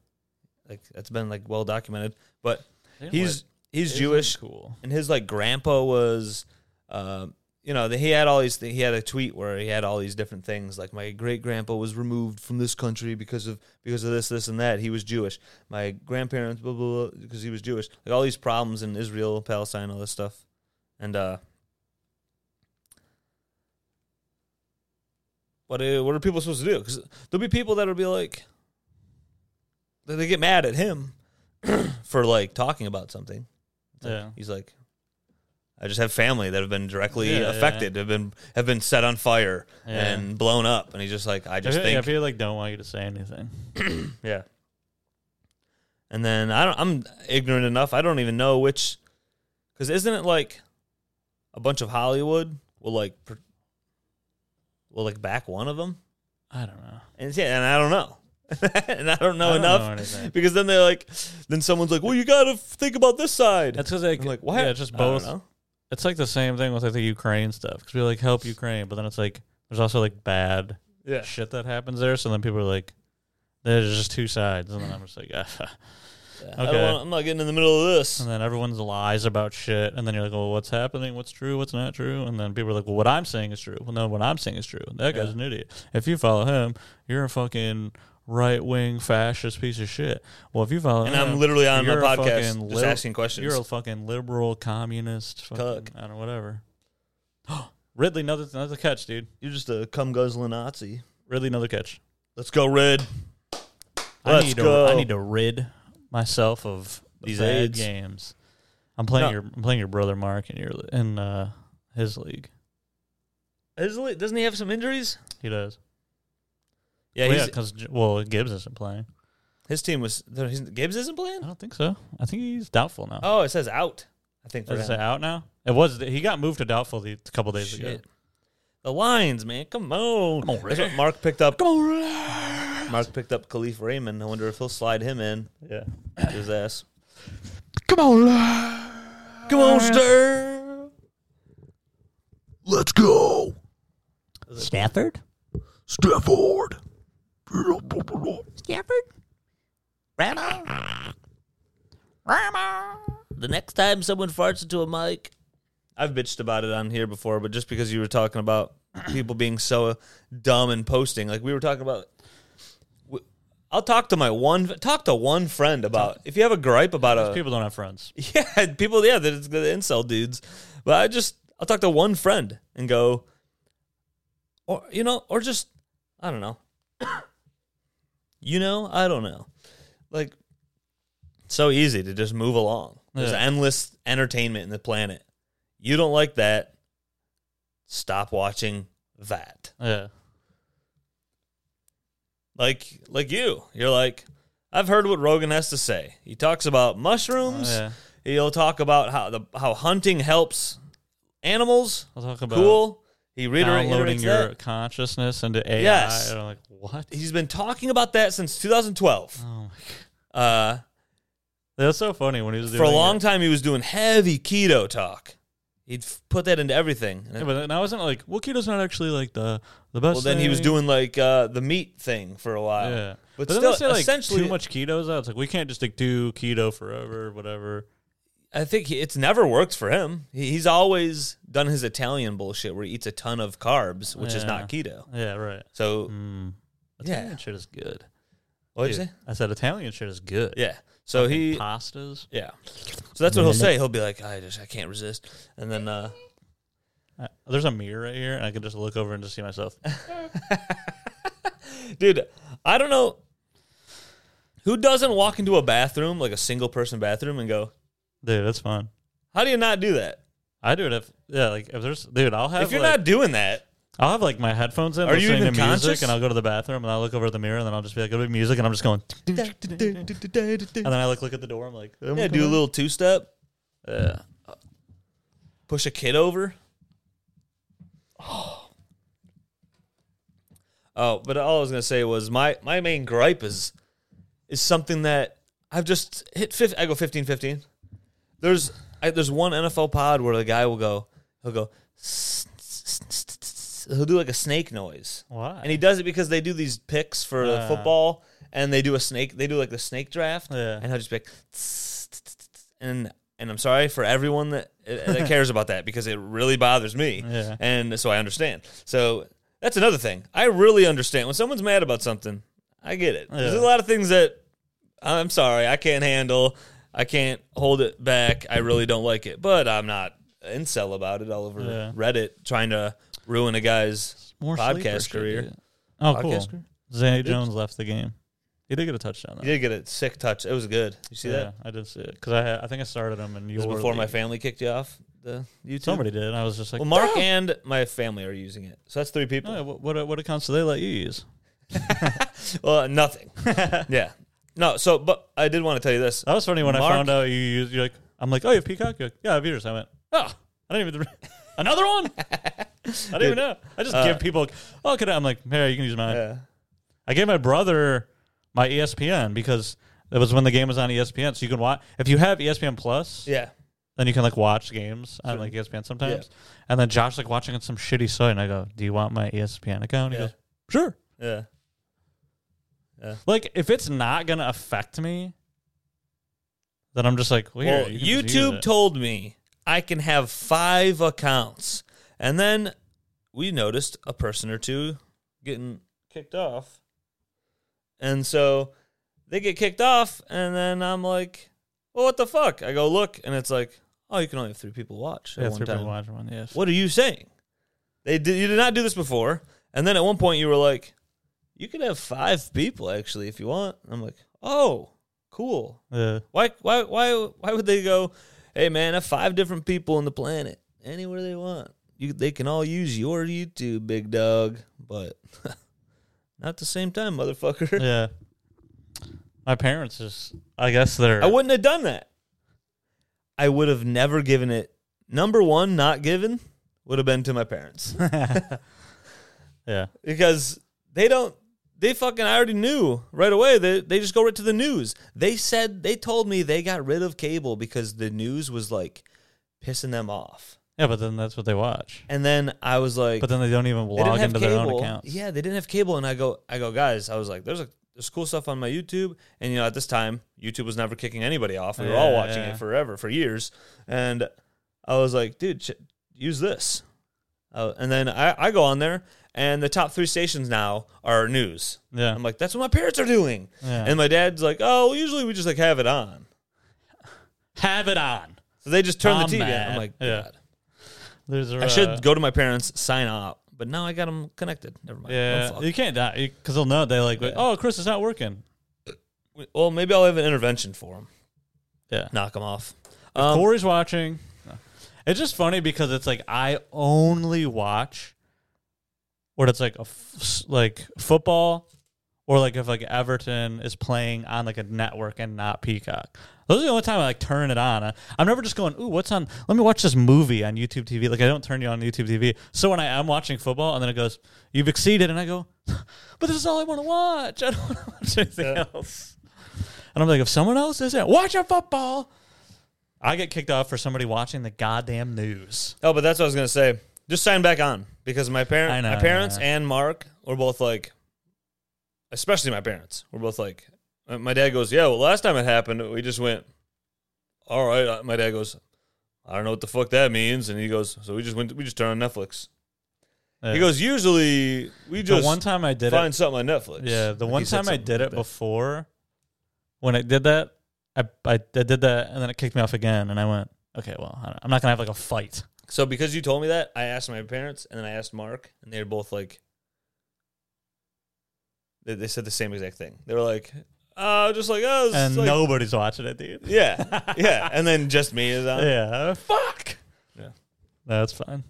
Like that's been like well documented. But he's he's Jewish.
Cool.
and his like grandpa was uh, you know he had all these th- he had a tweet where he had all these different things like my great grandpa was removed from this country because of because of this this and that he was jewish my grandparents blah blah blah because he was jewish like all these problems in israel palestine all this stuff and uh what are, what are people supposed to do because there'll be people that'll be like they- they get mad at him for like talking about something It's like-
Yeah.
he's like i just have family that have been directly
Yeah, yeah,
affected have been have been set on fire
Yeah.
and blown up and he's just like i
I
just
feel, I
think
feel like don't want you to say anything.
yeah and then i don't i'm ignorant enough i don't even know which because isn't it like a bunch of hollywood will like pr- will like back one of them.
I don't know.
And yeah, and I don't know. and I don't know
I don't know
enough
anything.
because then they're like, then someone's like, well, you got to think about this side.
That's because like,
I'm like,
like
what?
Yeah, it's just
I don't
both.
know.
It's like the same thing with like the Ukraine stuff because we like help Ukraine, but then it's like there's also like bad
Yeah.
shit that happens there. So then people are like, there's just two sides, and then I'm just like, ah.
Yeah. I
Okay.
don't wanna, I'm not getting in the middle of this.
and then everyone's lies about shit, and then you're like, well, what's happening? What's true? What's not true? And then people are like, well, what I'm saying is true. Well, no, what I'm saying is true. That guy's
Yeah.
an idiot. If you follow him, you're a fucking right wing fascist piece of shit. Well, if you follow
And
him,
I'm literally on the
you're a
podcast
fucking
just
lib-
asking questions.
You're a fucking liberal communist fucking,
Cuck.
I don't know, whatever. Ridley, another another catch, dude.
You're just a cum guzzling Nazi.
Ridley, another catch.
Let's go, Red.
I
Let's
need
go.
to I need to rid myself of
These
these bad
AIDS.
games. I'm playing
No.
your I'm playing your brother Mark in your in uh, his league.
Isn't it- Doesn't he have some injuries?
He does.
Yeah,
well,
he's,
because well, Gibbs isn't playing.
his team was. His, Gibbs isn't
I
playing.
don't think so. I think he's doubtful now.
Oh, it says out. I think for
Is
him.
Uh-huh. it out now? It was he got moved to doubtful the, a couple days ago.
Shit. The lines, man. Come on.
Come on,
That's
Red.
what Mark picked up.
Come on.
Mark picked up Khalif Raymond. I wonder if he'll slide him in
Yeah.
to his ass.
Come on.
Come on, stir.
Let's go.
Stafford?
Stafford.
Stafford? Grandma? Grandma?
The next time someone farts into a mic, I've bitched about it on here before, but just because you were talking about people being so dumb and posting, like we were talking about. w- I'll talk to my one talk to one friend about if you have a gripe about a
People don't have friends.
Yeah, people. Yeah, that it's the incel dudes. But I just I'll talk to one friend and go, or you know, or just I don't know. you know, I don't know. Like, so easy to just move along. There's
Yeah.
endless entertainment in the planet. You don't like that? Stop watching that
Yeah.
like like you. You're like, I've heard what Rogan has to say. He talks about mushrooms.
Oh, yeah.
He'll talk about how the how hunting helps animals.
I'll talk about
Cool. He reiterates
downloading your
that.
consciousness into AI.
Yes.
And I'm like, what?
He's been talking about that since 2012.
Oh my God.
Uh,
That's so funny when he was doing
for a long
it.
time, he was doing heavy keto talk. He'd f- put that into everything. And
Yeah, but then I wasn't like, well, keto's not actually like the the best.
well, then he was
thing.
doing like uh, the meat thing for a while.
Yeah.
But,
then
still,
they say, like,
essentially,
too much keto's out. It's like we can't just like do keto forever, whatever.
I think he- it's never worked for him. He- He's always done his Italian bullshit where he eats a ton of carbs, which is not keto.
Yeah, right.
So,
Mm.
Yeah.
Italian shit is good.
what'd you
Dude,
say?
I said Italian shit is good.
Yeah. So he,
pastas.
yeah. So that's what he'll say. He'll be like, I just, I can't resist. And then, uh,
Uh, there's a mirror right here, and I can just look over and just see myself.
dude, I don't know who doesn't walk into a bathroom, like a single person bathroom, and go,
Dude, that's fun.
how do you not do that?
I do it if yeah, like if there's dude, I'll have
If you're
like,
not doing that,
I'll have like my headphones in,
Are you
listening to
even
music,
conscious?
and I'll go to the bathroom and I'll look over at the mirror and then I'll just be like, it'll be music, and I'm just going, and then I like look at the door, I'm like,
yeah, do a little two step,
Yeah.
push a kid over. Oh, but all I was gonna say was my my main gripe is is something that I've just hit. 50, I go fifteen fifteen. There's I, there's one NFL pod where the guy will go he'll go he'll do like a snake noise,
Why?
and he does it because they do these picks for the
Ah.
football, and they do a snake. They do like the snake draft,
Yeah.
and he'll just be like, and and I'm sorry for everyone that eh, that cares about that because it really bothers me.
Yeah.
And so I understand. So that's another thing. I really understand when someone's mad about something. I get it. There's a
Yeah.
lot of things that I'm sorry I can't handle. I can't hold it back. I really don't like it, but I'm not incel about it all over
Yeah.
Reddit trying to ruin a guy's
More sleeper
podcast
shit,
career.
dude. Oh,
Podcast
cool.
career?
Zay Jones left the game. He did get a touchdown though.
You did get a sick touch. It was good. You see that?
I did see it because I had, I think I started him in
It was
your
before my
league.
family kicked you off the YouTube.
Somebody did. And I was just like,
Well, Mark
"Ah!"
and my family are using it, so that's three people.
Oh, yeah, what, what what accounts do they let you use?
Well, nothing. yeah, no. So, but I did want to tell you this.
That was funny when I
Mark-
found out you used. You're like, I'm like, oh, you have Peacock. You're like, yeah, I have yours. I went, oh, I didn't even. Another one? I didn't even know. I just give people. Oh, could I? I'm like, here, you can use mine.
uh, Yeah.
I gave my brother my E ESPN because that was when the game was on E ESPN. So you can watch if you have E ESPN Plus,
Yeah.
then you can like watch games on like E ESPN sometimes. And then Josh like watching on some shitty site, and I go, "Do you want my E ESPN account?" He
Yeah.
goes, "Sure."
Yeah.
Like if it's not gonna affect me, then I'm just like, well, here,
Well,
you can just use
YouTube
it.
told me I can have five accounts. And then we noticed a person or two getting kicked off. And so they get kicked off. And then I'm like, well, what the fuck? I go look. And it's like, oh, you can only have three people watch at
yeah,
one
three
time.
people watch one. Yes.
What are you saying? They did, you did not do this before. And then at one point you were like, you could have five people actually if you want. I'm like, oh, cool.
Yeah.
Why why why why would they go, hey man, I have five different people on the planet. Anywhere they want. You they can all use your YouTube, big dog, but not the same time, motherfucker.
yeah. My parents just, I guess they're.
I wouldn't have done that. I would have never given it number one, not given, would have been to my parents.
yeah.
because they don't they fucking I already knew right away that they just go right to the news. They said they told me they got rid of cable because the news was like pissing them off.
Yeah, but then that's what they watch.
And then I was like
But then they don't even
they didn't
log
have
into their own
cable.
accounts.
Yeah, they didn't have cable and I go I go guys, I was like there's a there's cool stuff on my YouTube and you know at this time YouTube was never kicking anybody off. We were all
Yeah,
watching
yeah.
it forever for years and I was like dude ch- use this. Uh, and then I, I go on there and the top 3 stations now are news.
Yeah.
I'm like, that's what my parents are doing.
Yeah.
And my dad's like, oh, well, usually we just like have it on.
have it on.
So they just turn
I'm
the TV
mad.
on. I'm like,
Yeah.
God.
There's a,
I should go to my parents, sign up, but now I got them connected. Never mind. I'm
Yeah,
fucked.
you can't die because they'll know. They like, oh, Chris, it's not working.
Well, maybe I'll have an intervention for them.
Yeah.
Knock them off. Um,
Corey's watching. It's just funny because it's like I only watch where it's like a f- like football or like if like Everton is playing on like a network and not Peacock. Those are the only time I like turn it on. I- I'm never just going, ooh, what's on? Let me watch this movie on YouTube TV. Like I don't turn you on YouTube TV. So when I am watching football and then it goes, you've exceeded, and I go, but this is all I want to watch. I don't want to watch anything else. And I'm like, if someone else is there, watch a football. I get kicked off for somebody watching the goddamn news.
oh, but that's what I was going to say. Just sign back on because my,
I
parent,
know,
my parents
yeah.
and Mark were both like, especially my parents, were both like, uh, my dad goes, yeah, well, last time it happened, we just went, all right. Uh, My dad goes, I don't know what the fuck that means. And he goes, so we just went, we just turned on Netflix. He
Yeah.
goes, usually we
the
just
one time I did
find
it.
something on Netflix.
Yeah, the
Like,
one
he said
time I
something
did
like
it
that.
before, when it did that, I, I I did that and then it kicked me off again, and I went, okay, well, I don't- I'm not gonna have like a fight.
So because you told me that, I asked my parents and then I asked Mark, and they were both like, they, they said the same exact thing. They were like, oh, just like us.
And
like,
nobody's watching it, dude.
Yeah. Yeah. and then just me is on.
Yeah, fuck.
Yeah.
that's fine.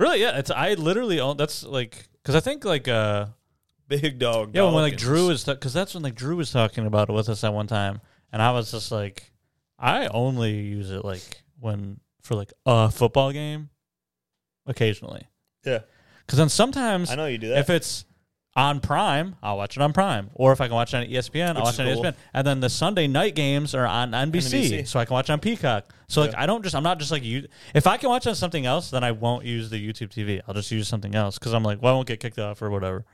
Really, yeah, it's I literally own that's like because I think like uh
Big dog.
Yeah, when like
Dawkins.
Drew is because that's when like Drew was talking about it with us at one time, and I was just like, I only use it like when for like a football game, occasionally.
Yeah.
Because then sometimes
I know you do that.
if it's on Prime, I'll watch it on Prime, or if I can watch it on E ESPN, I'll
Which
watch
is
it on
cool.
ESPN. And then the Sunday night games are on NBC,
NBC.
so I can watch on Peacock. So like I don't just I'm not just like you. If I can watch on something else, then I won't use the YouTube TV. I'll just use something else because I'm like, well, I won't get kicked off or whatever.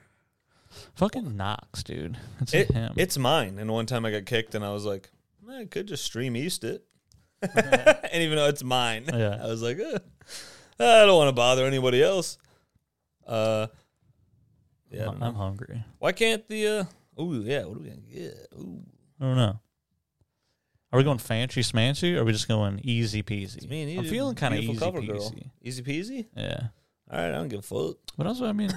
Fucking Knox, dude. That's
It-
him.
it's mine. And one time I got kicked, and I was like, I could just stream East it. and even though it's mine,
Yeah.
I was like, "Eh, I don't want to bother anybody else. Uh, yeah, I don't
I'm,
know.
I'm hungry.
Why can't the? uh Ooh, yeah. What are we gonna get? Ooh,
I don't know. Are we going fancy smancy or are we just going easy peasy?
me and you.
I'm feeling kind of
Beautiful
easy
cover
peasy.
girl. Easy peasy.
Yeah.
All right, I don't give a fuck.
But also, I mean,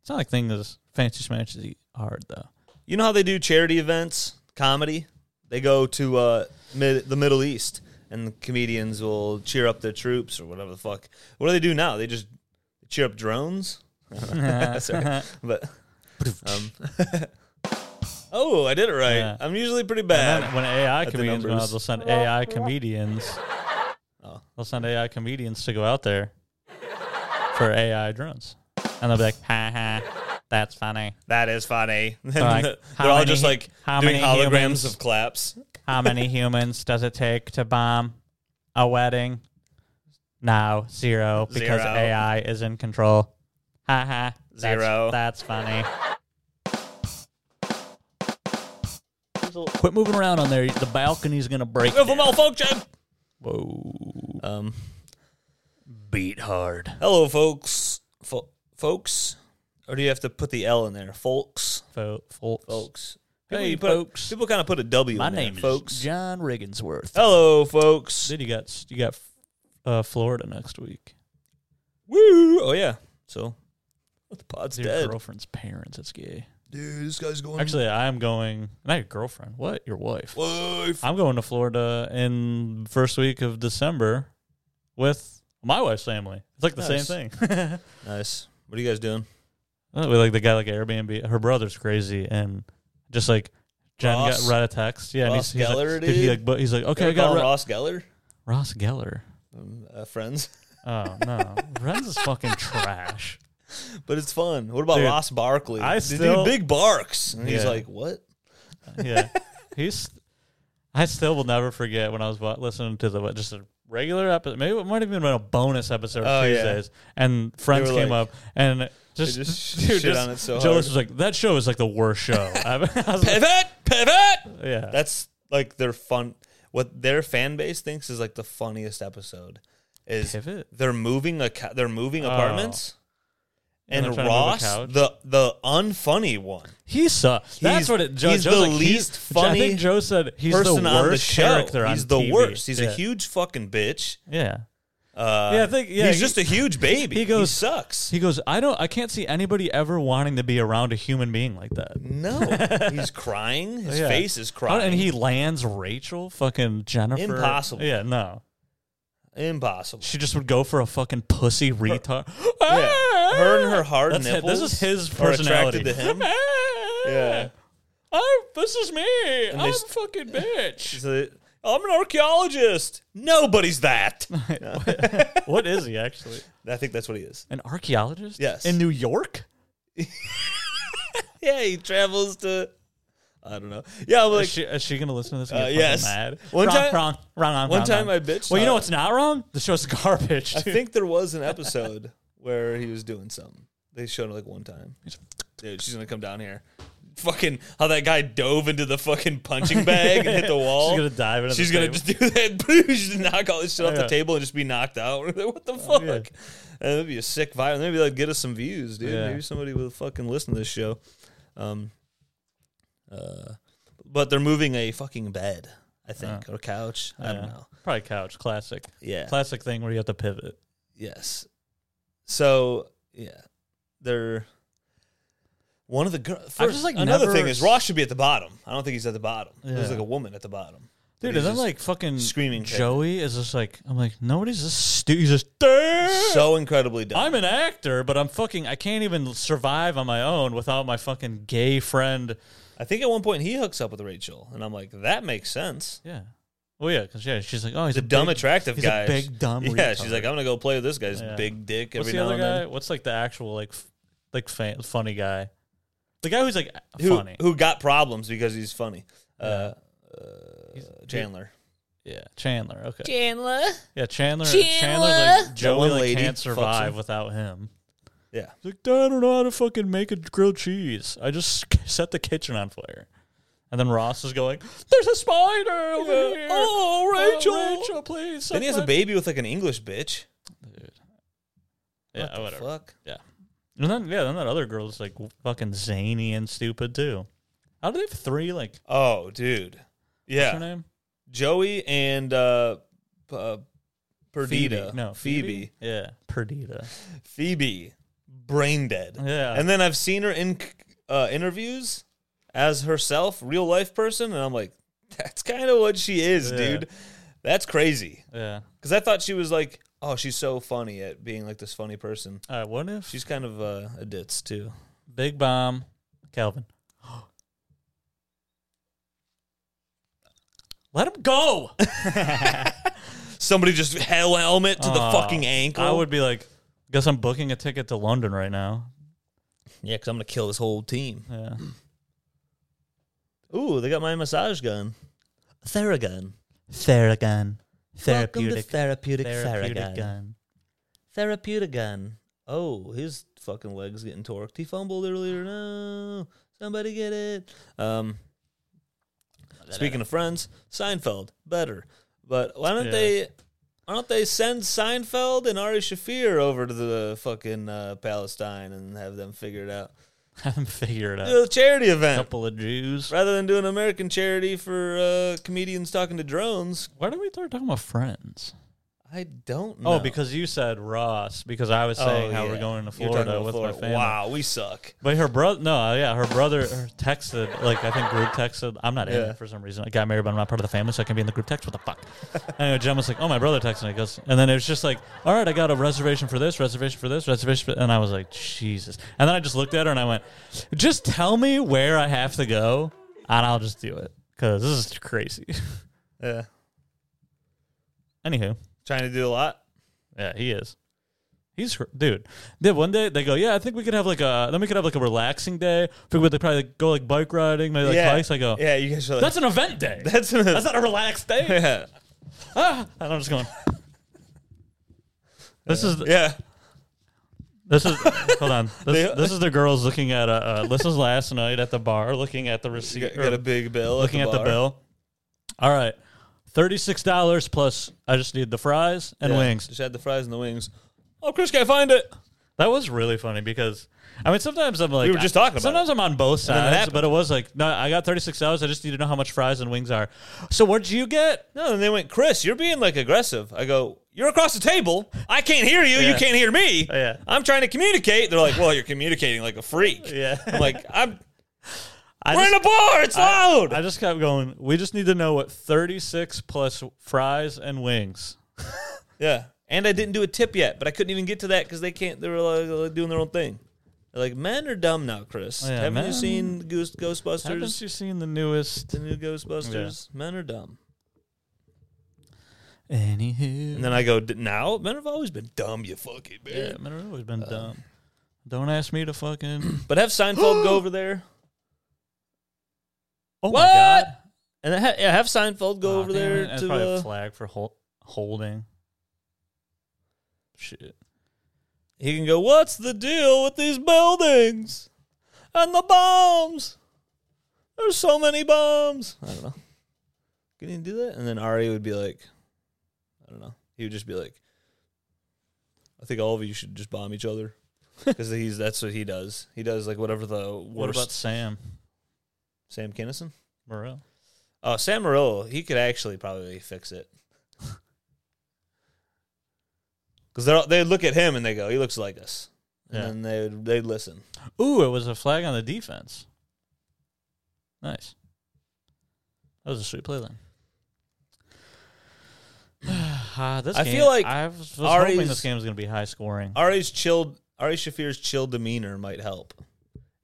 it's not like things as fancy smancy hard though.
You know how they do charity events, comedy? They go to uh, mid- the Middle East, and the comedians will cheer up their troops or whatever the fuck. What do they do now? They just cheer up drones. Sorry, but um, oh, I did it right.
Yeah.
I'm usually pretty
And
bad.
then when AI
the
comedians come out,
numbers.
they'll send AI comedians.
Oh.
They'll send AI comedians to go out there for AI drones. And they'll be like, ha ha, that's funny.
That is funny. They're,
like, how
all
many-
just like
how
doing
many
holograms
humans-
of claps.
How many humans does it take to bomb a wedding? Now, zero, because
Zero.
AI is in control. Ha ha. that's-
Zero.
That's funny. Quit moving around on there. The balcony's going to break.
Beautiful malfunction.
Whoa.
Um,
Beat hard.
hello, folks. Fo- folks, or do you have to put the L in there? Folks,
Fo- folks.
folks.
Hey,
you put a-
folks.
people kind of put a W.
My
in there,
name is
folks.
John Rigginsworth.
Hello, folks.
Then you got you got uh, Florida next week.
Woo! Oh yeah. So the pod's
It's your
dead.
girlfriend's parents. It's gay.
Dude, this guy's going.
Actually, I am going. Not your girlfriend. What? Your wife.
Wife.
I'm going to Florida in first week of December with my wife's family. It's like the
Nice.
same thing.
Nice. What are you guys doing?
we like the guy like Airbnb. Her brother's crazy and just like Jen
Ross?
got read a text. Yeah, and
Ross
he's, he's
Geller,
like, dude, he
dude?
like, but he's like, okay,
Ever
I got
call
Ro-
Ross Geller.
Ross Geller.
Um, uh, friends,
Oh no, Ren's is fucking trash.
but it's fun. What about
Dude,
Ross Barkley?
I
Dude,
still-
big barks, and he's
Yeah.
like, "What?
yeah. He's. I still will never forget when I was wa- listening to the just a regular episode. Maybe it might have even been a bonus episode
Oh, yeah.
Tuesdays, and friends
They were
came
like-
up and just,
They just
dude,
shit
just-
on it so
Joe
hard.
was like, "That show is like the worst show." ever." I was like,
Pivot, pivot."
yeah,
That's like their fun. What their fan base thinks is like the funniest episode is
Pivot?
they're moving a co- they're moving
Oh.
apartments,
And
and,
they're trying to move a
Ross
couch?
the the unfunny one.
he sucks. That's
He's-
what it. Joe,
he's
Joe's
the
like,
least
he's, I
funny
think Joe said he's the
person
worst
on the show.
character on
he's the
TV.
worst. He's
yeah.
a huge fucking bitch.
Yeah,
Uh,
Yeah, I think- yeah,
he's
he-
just a huge baby.
he
He
goes-
goes, sucks.
he goes. I don't. I can't see anybody ever wanting to be around a human being like that.
no, he's crying. His
Yeah.
face is
I don't-
crying.
And he lands Rachel, fucking Jennifer.
Impossible.
Yeah, no.
impossible.
She just would go for a fucking pussy retard. Ah!
Yeah. Her and her hard
That's it.
nipples.
This is his
are
personality.
attracted to him.
yeah.
Yeah.
I'm, this is me. I'm
they
a
s-
fucking bitch.
He's a- I'm an archaeologist. Nobody's that.
what is he actually?
I think that's what he is.
An archaeologist?
Yes.
In New York?
Yeah, he travels to. I don't know. Yeah, I'm like
is, she, is she gonna listen to this? And
Uh,
get
yes.
fucking Mad?
One
wrong,
time-
wrong, wrong, wrong,
one
wrong,
time
wrong.
I bitched
Well, you
on
know
it.
what's not wrong? The show's garbage.
I
dude.
think there was an episode where he was doing something. They showed it like one time. Dude, she's gonna come down here. Fucking how that guy dove into the fucking punching bag and hit the wall.
She's gonna dive into.
She's
the
gonna
table.
just do that. She's just knock all this shit off
Yeah. Oh,
the table and just be knocked out. We're like, what the fuck?
yeah.
And that'd be a sick vibe. Maybe that'd get us some views, dude.
Yeah.
Maybe somebody will fucking listen to this show. Um, uh, but they're moving a fucking bed, I think, or couch. I
Oh. Yeah.
don't know.
Probably couch. Classic.
Yeah.
Classic thing where you have to pivot.
Yes. So yeah, they're one of the girls.
I've just, like,
another
never-
thing is Ross should be at the bottom. I don't think he's at the bottom.
Yeah.
There's like a woman at the bottom.
Dude,
He's
and then
just
like fucking
screaming kid.
Joey is just like I'm like nobody's this stupid. He's just "Damn,
So incredibly dumb.
I'm an actor, but I'm fucking I can't even survive on my own without my fucking gay friend.
I think at one point he hooks up with Rachel, and I'm like, that makes sense.
Yeah. Well, yeah, because yeah, she's like, oh, he's
The
a
dumb,
big-
attractive
he's a
guy.
big, dumb
Yeah,
retard.
she's like, I'm gonna go play with this guy's
Yeah.
big dick every
What's the
now
other
and
guy?
then.
What's like the actual like f- like fa- funny guy? The guy who's like
Who
funny.
who got problems because he's funny? Uh,
He's-
uh, Chandler.
yeah, Chandler. Okay.
Chandler.
Yeah, Chandler.
Chandler.
Chandler's like Joey
one
like,
lady
can't
fucks
survive
him.
without him.
Yeah,
He's like, Dad, I don't know how to fucking make a grilled cheese. I just k- set the kitchen on fire. And then Ross is going, There's a spider over here.
Oh,
Oh,
Rachel.
Rachel, please. set
Then he has
my-"
a baby with like an English bitch.
Dude. Yeah,
what
whatever.
The fuck.
Yeah. And then, yeah, then that other girl's like fucking zany and stupid too. How do they have three? Like, what's
Oh, dude.
her
Yeah.
name?
Joey and uh, P- uh Perdita.
No,
Phoebe.
Yeah. Perdita.
Phoebe. Brain dead.
Yeah.
And then I've seen her in uh, interviews as herself, real life person, and I'm like, that's kind of what she is,
Yeah.
dude. That's crazy.
Yeah.
Because I thought she was like, oh, she's so funny at being like this funny person.
All right, what if
She's kind of uh, a ditz too.
Big Bomb Calvin? Let him go.
Somebody just hell helmet to the
Aw,
fucking ankle.
I would be like, Guess I'm booking a ticket to London right now.
Yeah, because I'm gonna kill this whole team.
Yeah.
Ooh, they got my massage gun, Theragun.
Theragun.
Welcome to therapeutic, Theragun.
gun.
Therapeutic gun. Oh, his fucking leg's getting torqued. He fumbled earlier. No, somebody get it. Um, speaking of friends, Seinfeld better, but why don't
Yeah.
they? Why don't they send Seinfeld and Ari Shafir over to the fucking uh, Palestine and have them figure it out?
Haven't figured out.
Do a charity
A
event
couple of Jews.
rather than doing American charity for uh, comedians talking to drones.
Why did we start talking about friends?
I don't know.
Oh, because you said Ross. Because I was saying
Oh,
how
yeah.
we're going to
You're talking
Florida
about
with my
Florida.
family.
Wow, we suck.
But her brother, no, uh, yeah, her brother texted, like, I think group texted. I'm not in
Yeah.
it for some reason. I got married, but I'm not part of the family, so I can be in the group text. What the fuck? anyway, Jen was like, oh, my brother texted me. He goes, and then it was just like, all right, I got a reservation for this, reservation for this, reservation for And I was like, Jesus. And then I just looked at her and I went, just tell me where I have to go, and I'll just do it. Because this is crazy.
Yeah,
Anywho.
trying to do a lot.
Yeah, he is. He's her- dude. Then one day they go, yeah, I think we could have like a then we could have like a relaxing day. Think we they probably like, go like bike riding, maybe like
yeah,
bikes. I go,
Yeah, you guys are like,
that's an event day.
that's an,
That's not a relaxed day.
yeah,
ah, and I'm just going. This is
yeah.
this is hold on. This,
They-
this is the girls looking at uh, uh this is last night at the bar looking at the
You
receipt
got, got
or
a big bill.
looking at the
bar.
bill. All right, thirty six dollars plus. I just need the fries and
Yeah,
wings.
Just had the fries and the wings. Oh, Chris, can I find it?
That was really funny because I mean sometimes I'm like
We were just talking about
Sometimes I'm on both
then it
sides,
happened.
but it was like no, I got thirty six dollars. I just need to know how much fries and wings are. So what did you get?
No, and they went, Chris, you're being like aggressive. I go, you're across the table. I can't hear you. You
Yeah. Oh,
can't hear me.
Yeah.
I'm trying to communicate. They're like, well, you're communicating like a freak.
Yeah.
I'm like, I'm.
I
We're
just,
in a bar. It's loud.
I just kept going. We just need to know what thirty six plus fries and wings.
yeah. And I didn't do a tip yet, but I couldn't even get to that because they can't. They were like, like, doing their own thing. They're like, men are dumb now, Chris.
Oh, yeah,
Haven't you
men-
seen Goose
Haven't
Ghostbusters?
you seen the newest?
The new Ghostbusters. Men are dumb.
Anywho,
And then I go, "D- now men have always been dumb. You fucking bitch.
yeah, Uh, man, I've always been dumb. Don't ask me to fucking.
But have Seinfeld go over there.
Oh
What?
my god!
And ha- yeah, have Seinfeld go
Aw,
over
damn
there
it. That's
to
probably
uh,
a flag for hol- holding. Shit.
he can go. What's the deal with these buildings and the bombs? There's so many bombs. I don't know. Can he do that? And then Ari would be like, I don't know. He would just be like, I think all of you should just bomb each other because he's that's what he does. He does like whatever the worst.
What about Sam
Sam Kinison?
Morrell?
Oh, Sam Morril, he could actually probably fix it. Because they they look at him and they go, he looks like us.
Yeah.
And then they they listen.
Ooh, it was a flag on the defense. Nice. That was a sweet play then. Ah, this
I
game-
feel like
I was, was hoping
Ari's-
this game was going to be high scoring.
Ari's chilled. Ari Shafir's chill demeanor might help.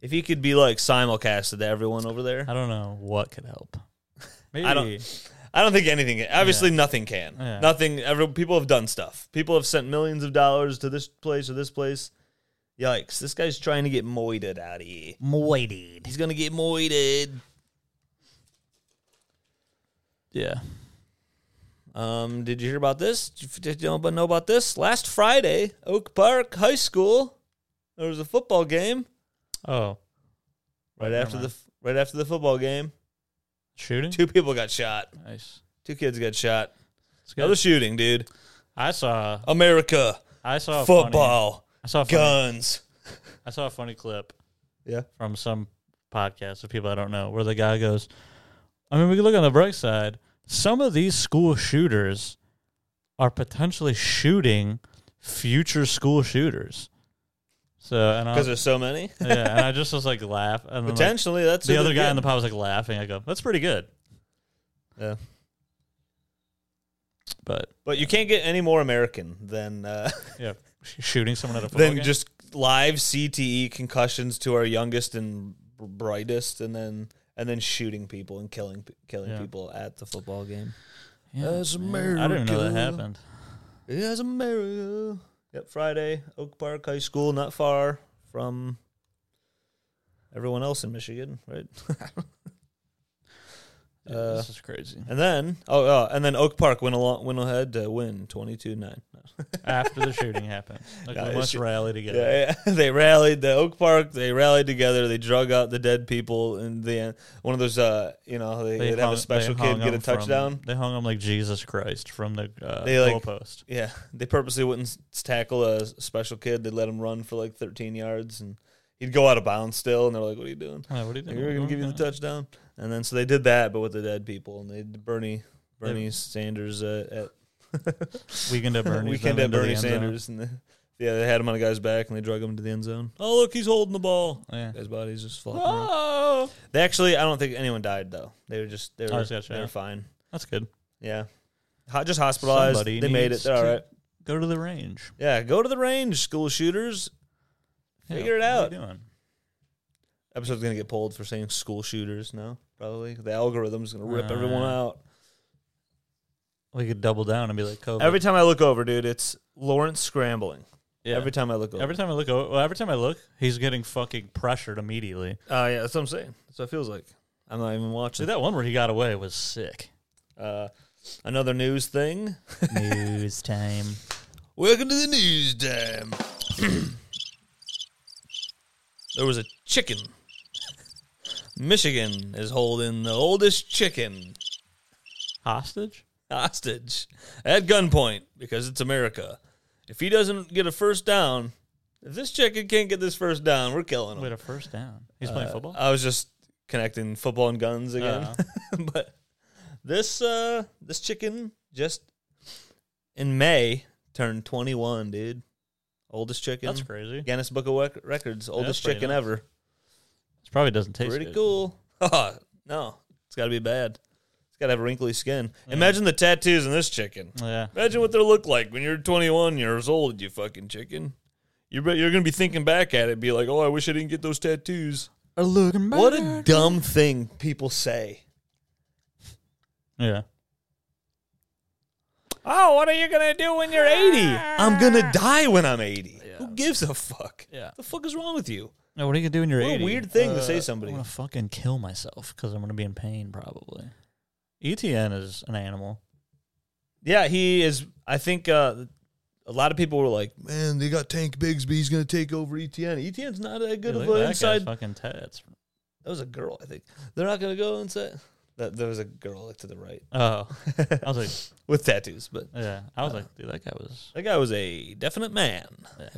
If he could be like simulcasted to everyone over there,
I don't know what could help. Maybe
I don't- I don't think anything. Obviously, nothing can.
Yeah.
Nothing. Every, people have done stuff. People have sent millions of dollars to this place or this place. Yikes! This guy's trying to get moided out of here.
moited.
He's gonna get moided.
Yeah.
Um, did you hear about this? Did you, did you know- know about this? Last Friday, Oak Park High School, there was a football game
Oh,
right
never
after the
mind.
f- right after the football game.
shooting.
Two people got shot.
Nice.
Two kids got shot.
It's good.
Another shooting, dude.
I saw.
America,
I saw a funny-
football,
I saw a funny,
guns.
I saw a funny clip.
Yeah.
From some podcast of people I don't know, where the guy goes, I mean, we can look on the bright side. Some of these school shooters are potentially shooting future school shooters. So and I
Because
was,
there's so many.
yeah, and I just was like laugh and then, Uh, like,
Potentially, that's
the other guy in the pod was like laughing. I go, that's pretty good,
Yeah.
but
But you can't get any more American than uh,
yeah, sh- shooting someone at a football
than
game.
just live CTE concussions to our youngest and br- brightest, and then and then shooting people and killing pe- killing
Yeah.
people at the football game.
Yeah,
That's
man. I didn't know that
America.
happened.
Yes, America. Yep, Friday, Oak Park High School, not far from everyone else in Michigan, right?
Dude,
Uh,
this is crazy.
And then, oh, oh, and then Oak Park went along, went ahead to win twenty two nine.
After the shooting happened, like
Yeah,
we
it
must
should-
rally together.
Yeah, yeah. they rallied the Oak Park. They rallied together. They drug out the dead people, and then one of those, uh, you know, they,
They
would have
hung-
a special
they
kid
hung
get a
him from-
touchdown.
they hung him like Jesus Christ from the uh,
They, like-
goalpost.
Yeah, they purposely wouldn't s- tackle a s- special kid. They let him run for like thirteen yards, and he'd go out of bounds still. And they're like, "What are you doing?
Yeah, what are you
Like,
doing?
We're gonna give you the touchdown." And then so they did that, but with the dead people, and they did Bernie Bernie Sanders uh, at
Weekend at Bernie's.
Weekend at
them into the
Bernie
end zone.
Sanders, and the, yeah, they had him on a guy's back and they drug him to the end zone. Oh look, he's holding the ball.
Yeah.
His body's just flopping. around.
Oh,
They actually, I don't think anyone died though. They were just they
Oh,
were,
gotcha,
they
yeah.
were fine.
that's good.
Yeah, Ho- just hospitalized.
Somebody
they made it.
needs
They're all
to-
right.
Go to the range.
Yeah, go to the range, school shooters.
Yeah,
Figure it
what are you
out.
doing?
Episode's gonna get pulled for saying school shooters. No, probably the algorithm's gonna rip
Uh,
everyone out.
We could double down and be like COVID.
Every time I look over, dude, it's Lawrence scrambling.
Yeah.
Every time I look over.
Every time I look, o- well, every time I look, he's getting fucking pressured immediately.
uh, yeah, that's what I'm saying. That's what it feels like. I'm not even watching.
Dude, that one where he got away was sick.
Uh, another news thing.
News time.
Welcome to the news time. there was a chicken. Michigan is holding the oldest chicken
Hostage?
hostage at gunpoint because it's America. If he doesn't get a first down, if this chicken can't get this first down, we're killing
Wait,
him.
a first down. He's playing football?
Uh, I was just connecting football and guns again.
Uh,
but this uh this chicken just in May turned 21, dude. Oldest chicken.
that's crazy.
Guinness Book of Rec- Records, oldest
pretty
chicken
nice.
ever.
This probably doesn't taste
Pretty
good.
cool. Oh, no, it's got to be bad. It's got to have wrinkly skin.
Mm.
Imagine the tattoos in this chicken.
Yeah.
Imagine what they'll look like when you're 21 years old, you fucking chicken. You're, be- you're going to be thinking back at it and be like, oh, I wish I didn't get those tattoos. What a dumb thing people say.
Yeah.
Oh, what are you gonna do when you're 80? I'm gonna die when I'm 80. Who gives a fuck?
Yeah.
The fuck is wrong with you?
Now, what are you going to do when you're
What a
80?
weird thing to say to
Uh, I'm
somebody.
going to fucking kill myself because I'm going to be in pain probably. ETN E is an animal.
Yeah, he is. I think uh, a lot of people were like,
Man, they got Tank Bigsby's going to take over
E
ETN.
"ETN's not that good
Dude,
of
look at
an
that
inside."
guy's fucking tats.
That was a girl, I think. They're not gonna go inside. That there was a girl like to the right
Oh. I was
with tattoos, but
like, yeah. I was like, dude, that guy was.
that guy was a definite man.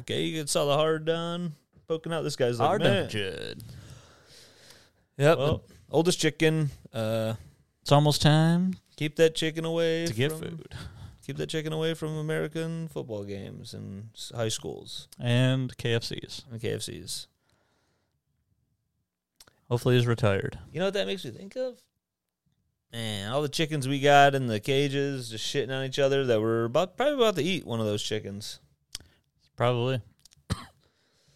Okay, you could saw the hard done poking out. This guy's like,
Hard
man.
done, Judd.
Yep,
Well-
oldest chicken. Uh,
It's almost time
keep that chicken away
to get
from-
food.
keep that chicken away from American football games and s- high schools
And KFCs.
and KFCs.
Hopefully he's retired.
You know what that makes me think of? Man, all the chickens we got in the cages just shitting on each other that were about probably about to eat one of those chickens.
Probably.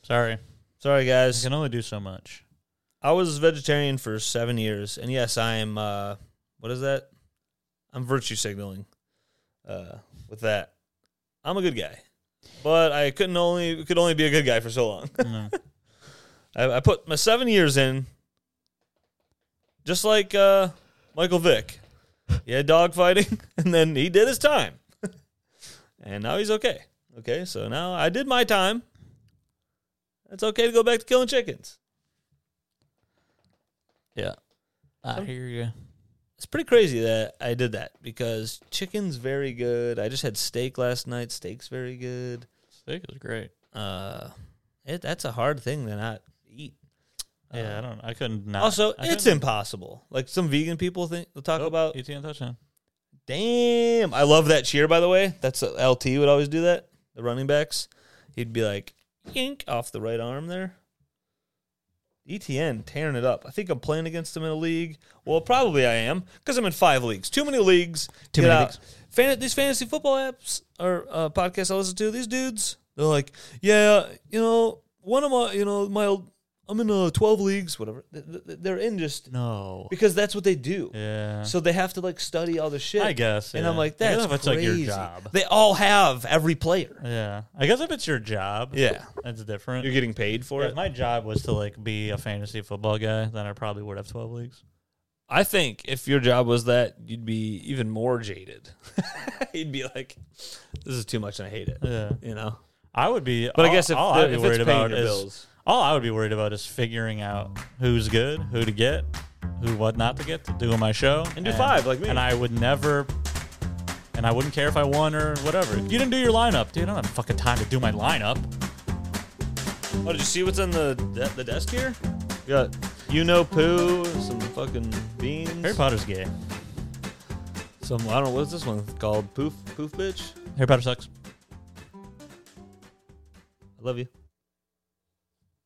Sorry.
Sorry
I
guys.
can only do so much.
I was vegetarian for 7 years and yes, I am uh what is that? I'm virtue signaling uh with that. I'm a good guy. But I couldn't only could only be a good guy for so long.
No.
I, I put my seven years in, just like uh, Michael Vick. He had dog fighting, and then he did his time, and now he's okay. Okay, so now I did my time. It's okay to go back to killing chickens.
yeah. I hear you.
It's pretty crazy that I did that because chicken's very good. I just had steak last night. Steak's very good.
Steak is great.
Uh, it, that's a hard thing to not eat.
Yeah, I don't. I couldn't not.
Uh, Also,
I
it's
couldn't-
impossible. Like some vegan people think will talk
Oh,
about
ETN touchdown.
Damn. I love that cheer, by the way. That's LT would always do that. The running backs. He'd be like, yank off the right arm there. ETN tearing it up. I think I'm playing against him in a league. Well, probably I am because I'm in five leagues. Too many leagues.
Too
Get
many
out. Fan- these fantasy football apps or uh, podcasts I listen to, these dudes, they're like, yeah, you know, one of my, you know, my I'm in uh, 12 leagues, whatever. Th- th- th- They're in just
No.
because that's what they do.
Yeah.
So they have to like study all the shit.
I guess,
And
yeah.
I'm like,
I guess
that's
if it's, like,
crazy.
your job.
They all have every player.
Yeah. I guess if it's your job,
Yeah.
that's different.
You're getting paid for
Yeah,
it.
if my job was to like be a fantasy football guy, then I probably would have twelve leagues.
I think if your job was that, you'd be even more jaded. you'd be like, "This is too much, and I hate it."
Yeah.
You know.
I would be,
But
all-
I guess if,
all
the-
I'd be
if
worried
it's paying
about
your
is
bills,
all I would be worried about is figuring out who's good, who to get, who what not to get, to do on my show,
And do five, like me.
And I would never, and I wouldn't care if I won or whatever. If you didn't do your lineup, dude, I don't have fucking time to do my lineup.
oh, did you see what's on the de- the desk here? We got you know poo, some fucking beans.
Harry Potter's gay.
Some I don't know what's this one called. Poof poof bitch.
Harry Potter sucks.
I love you.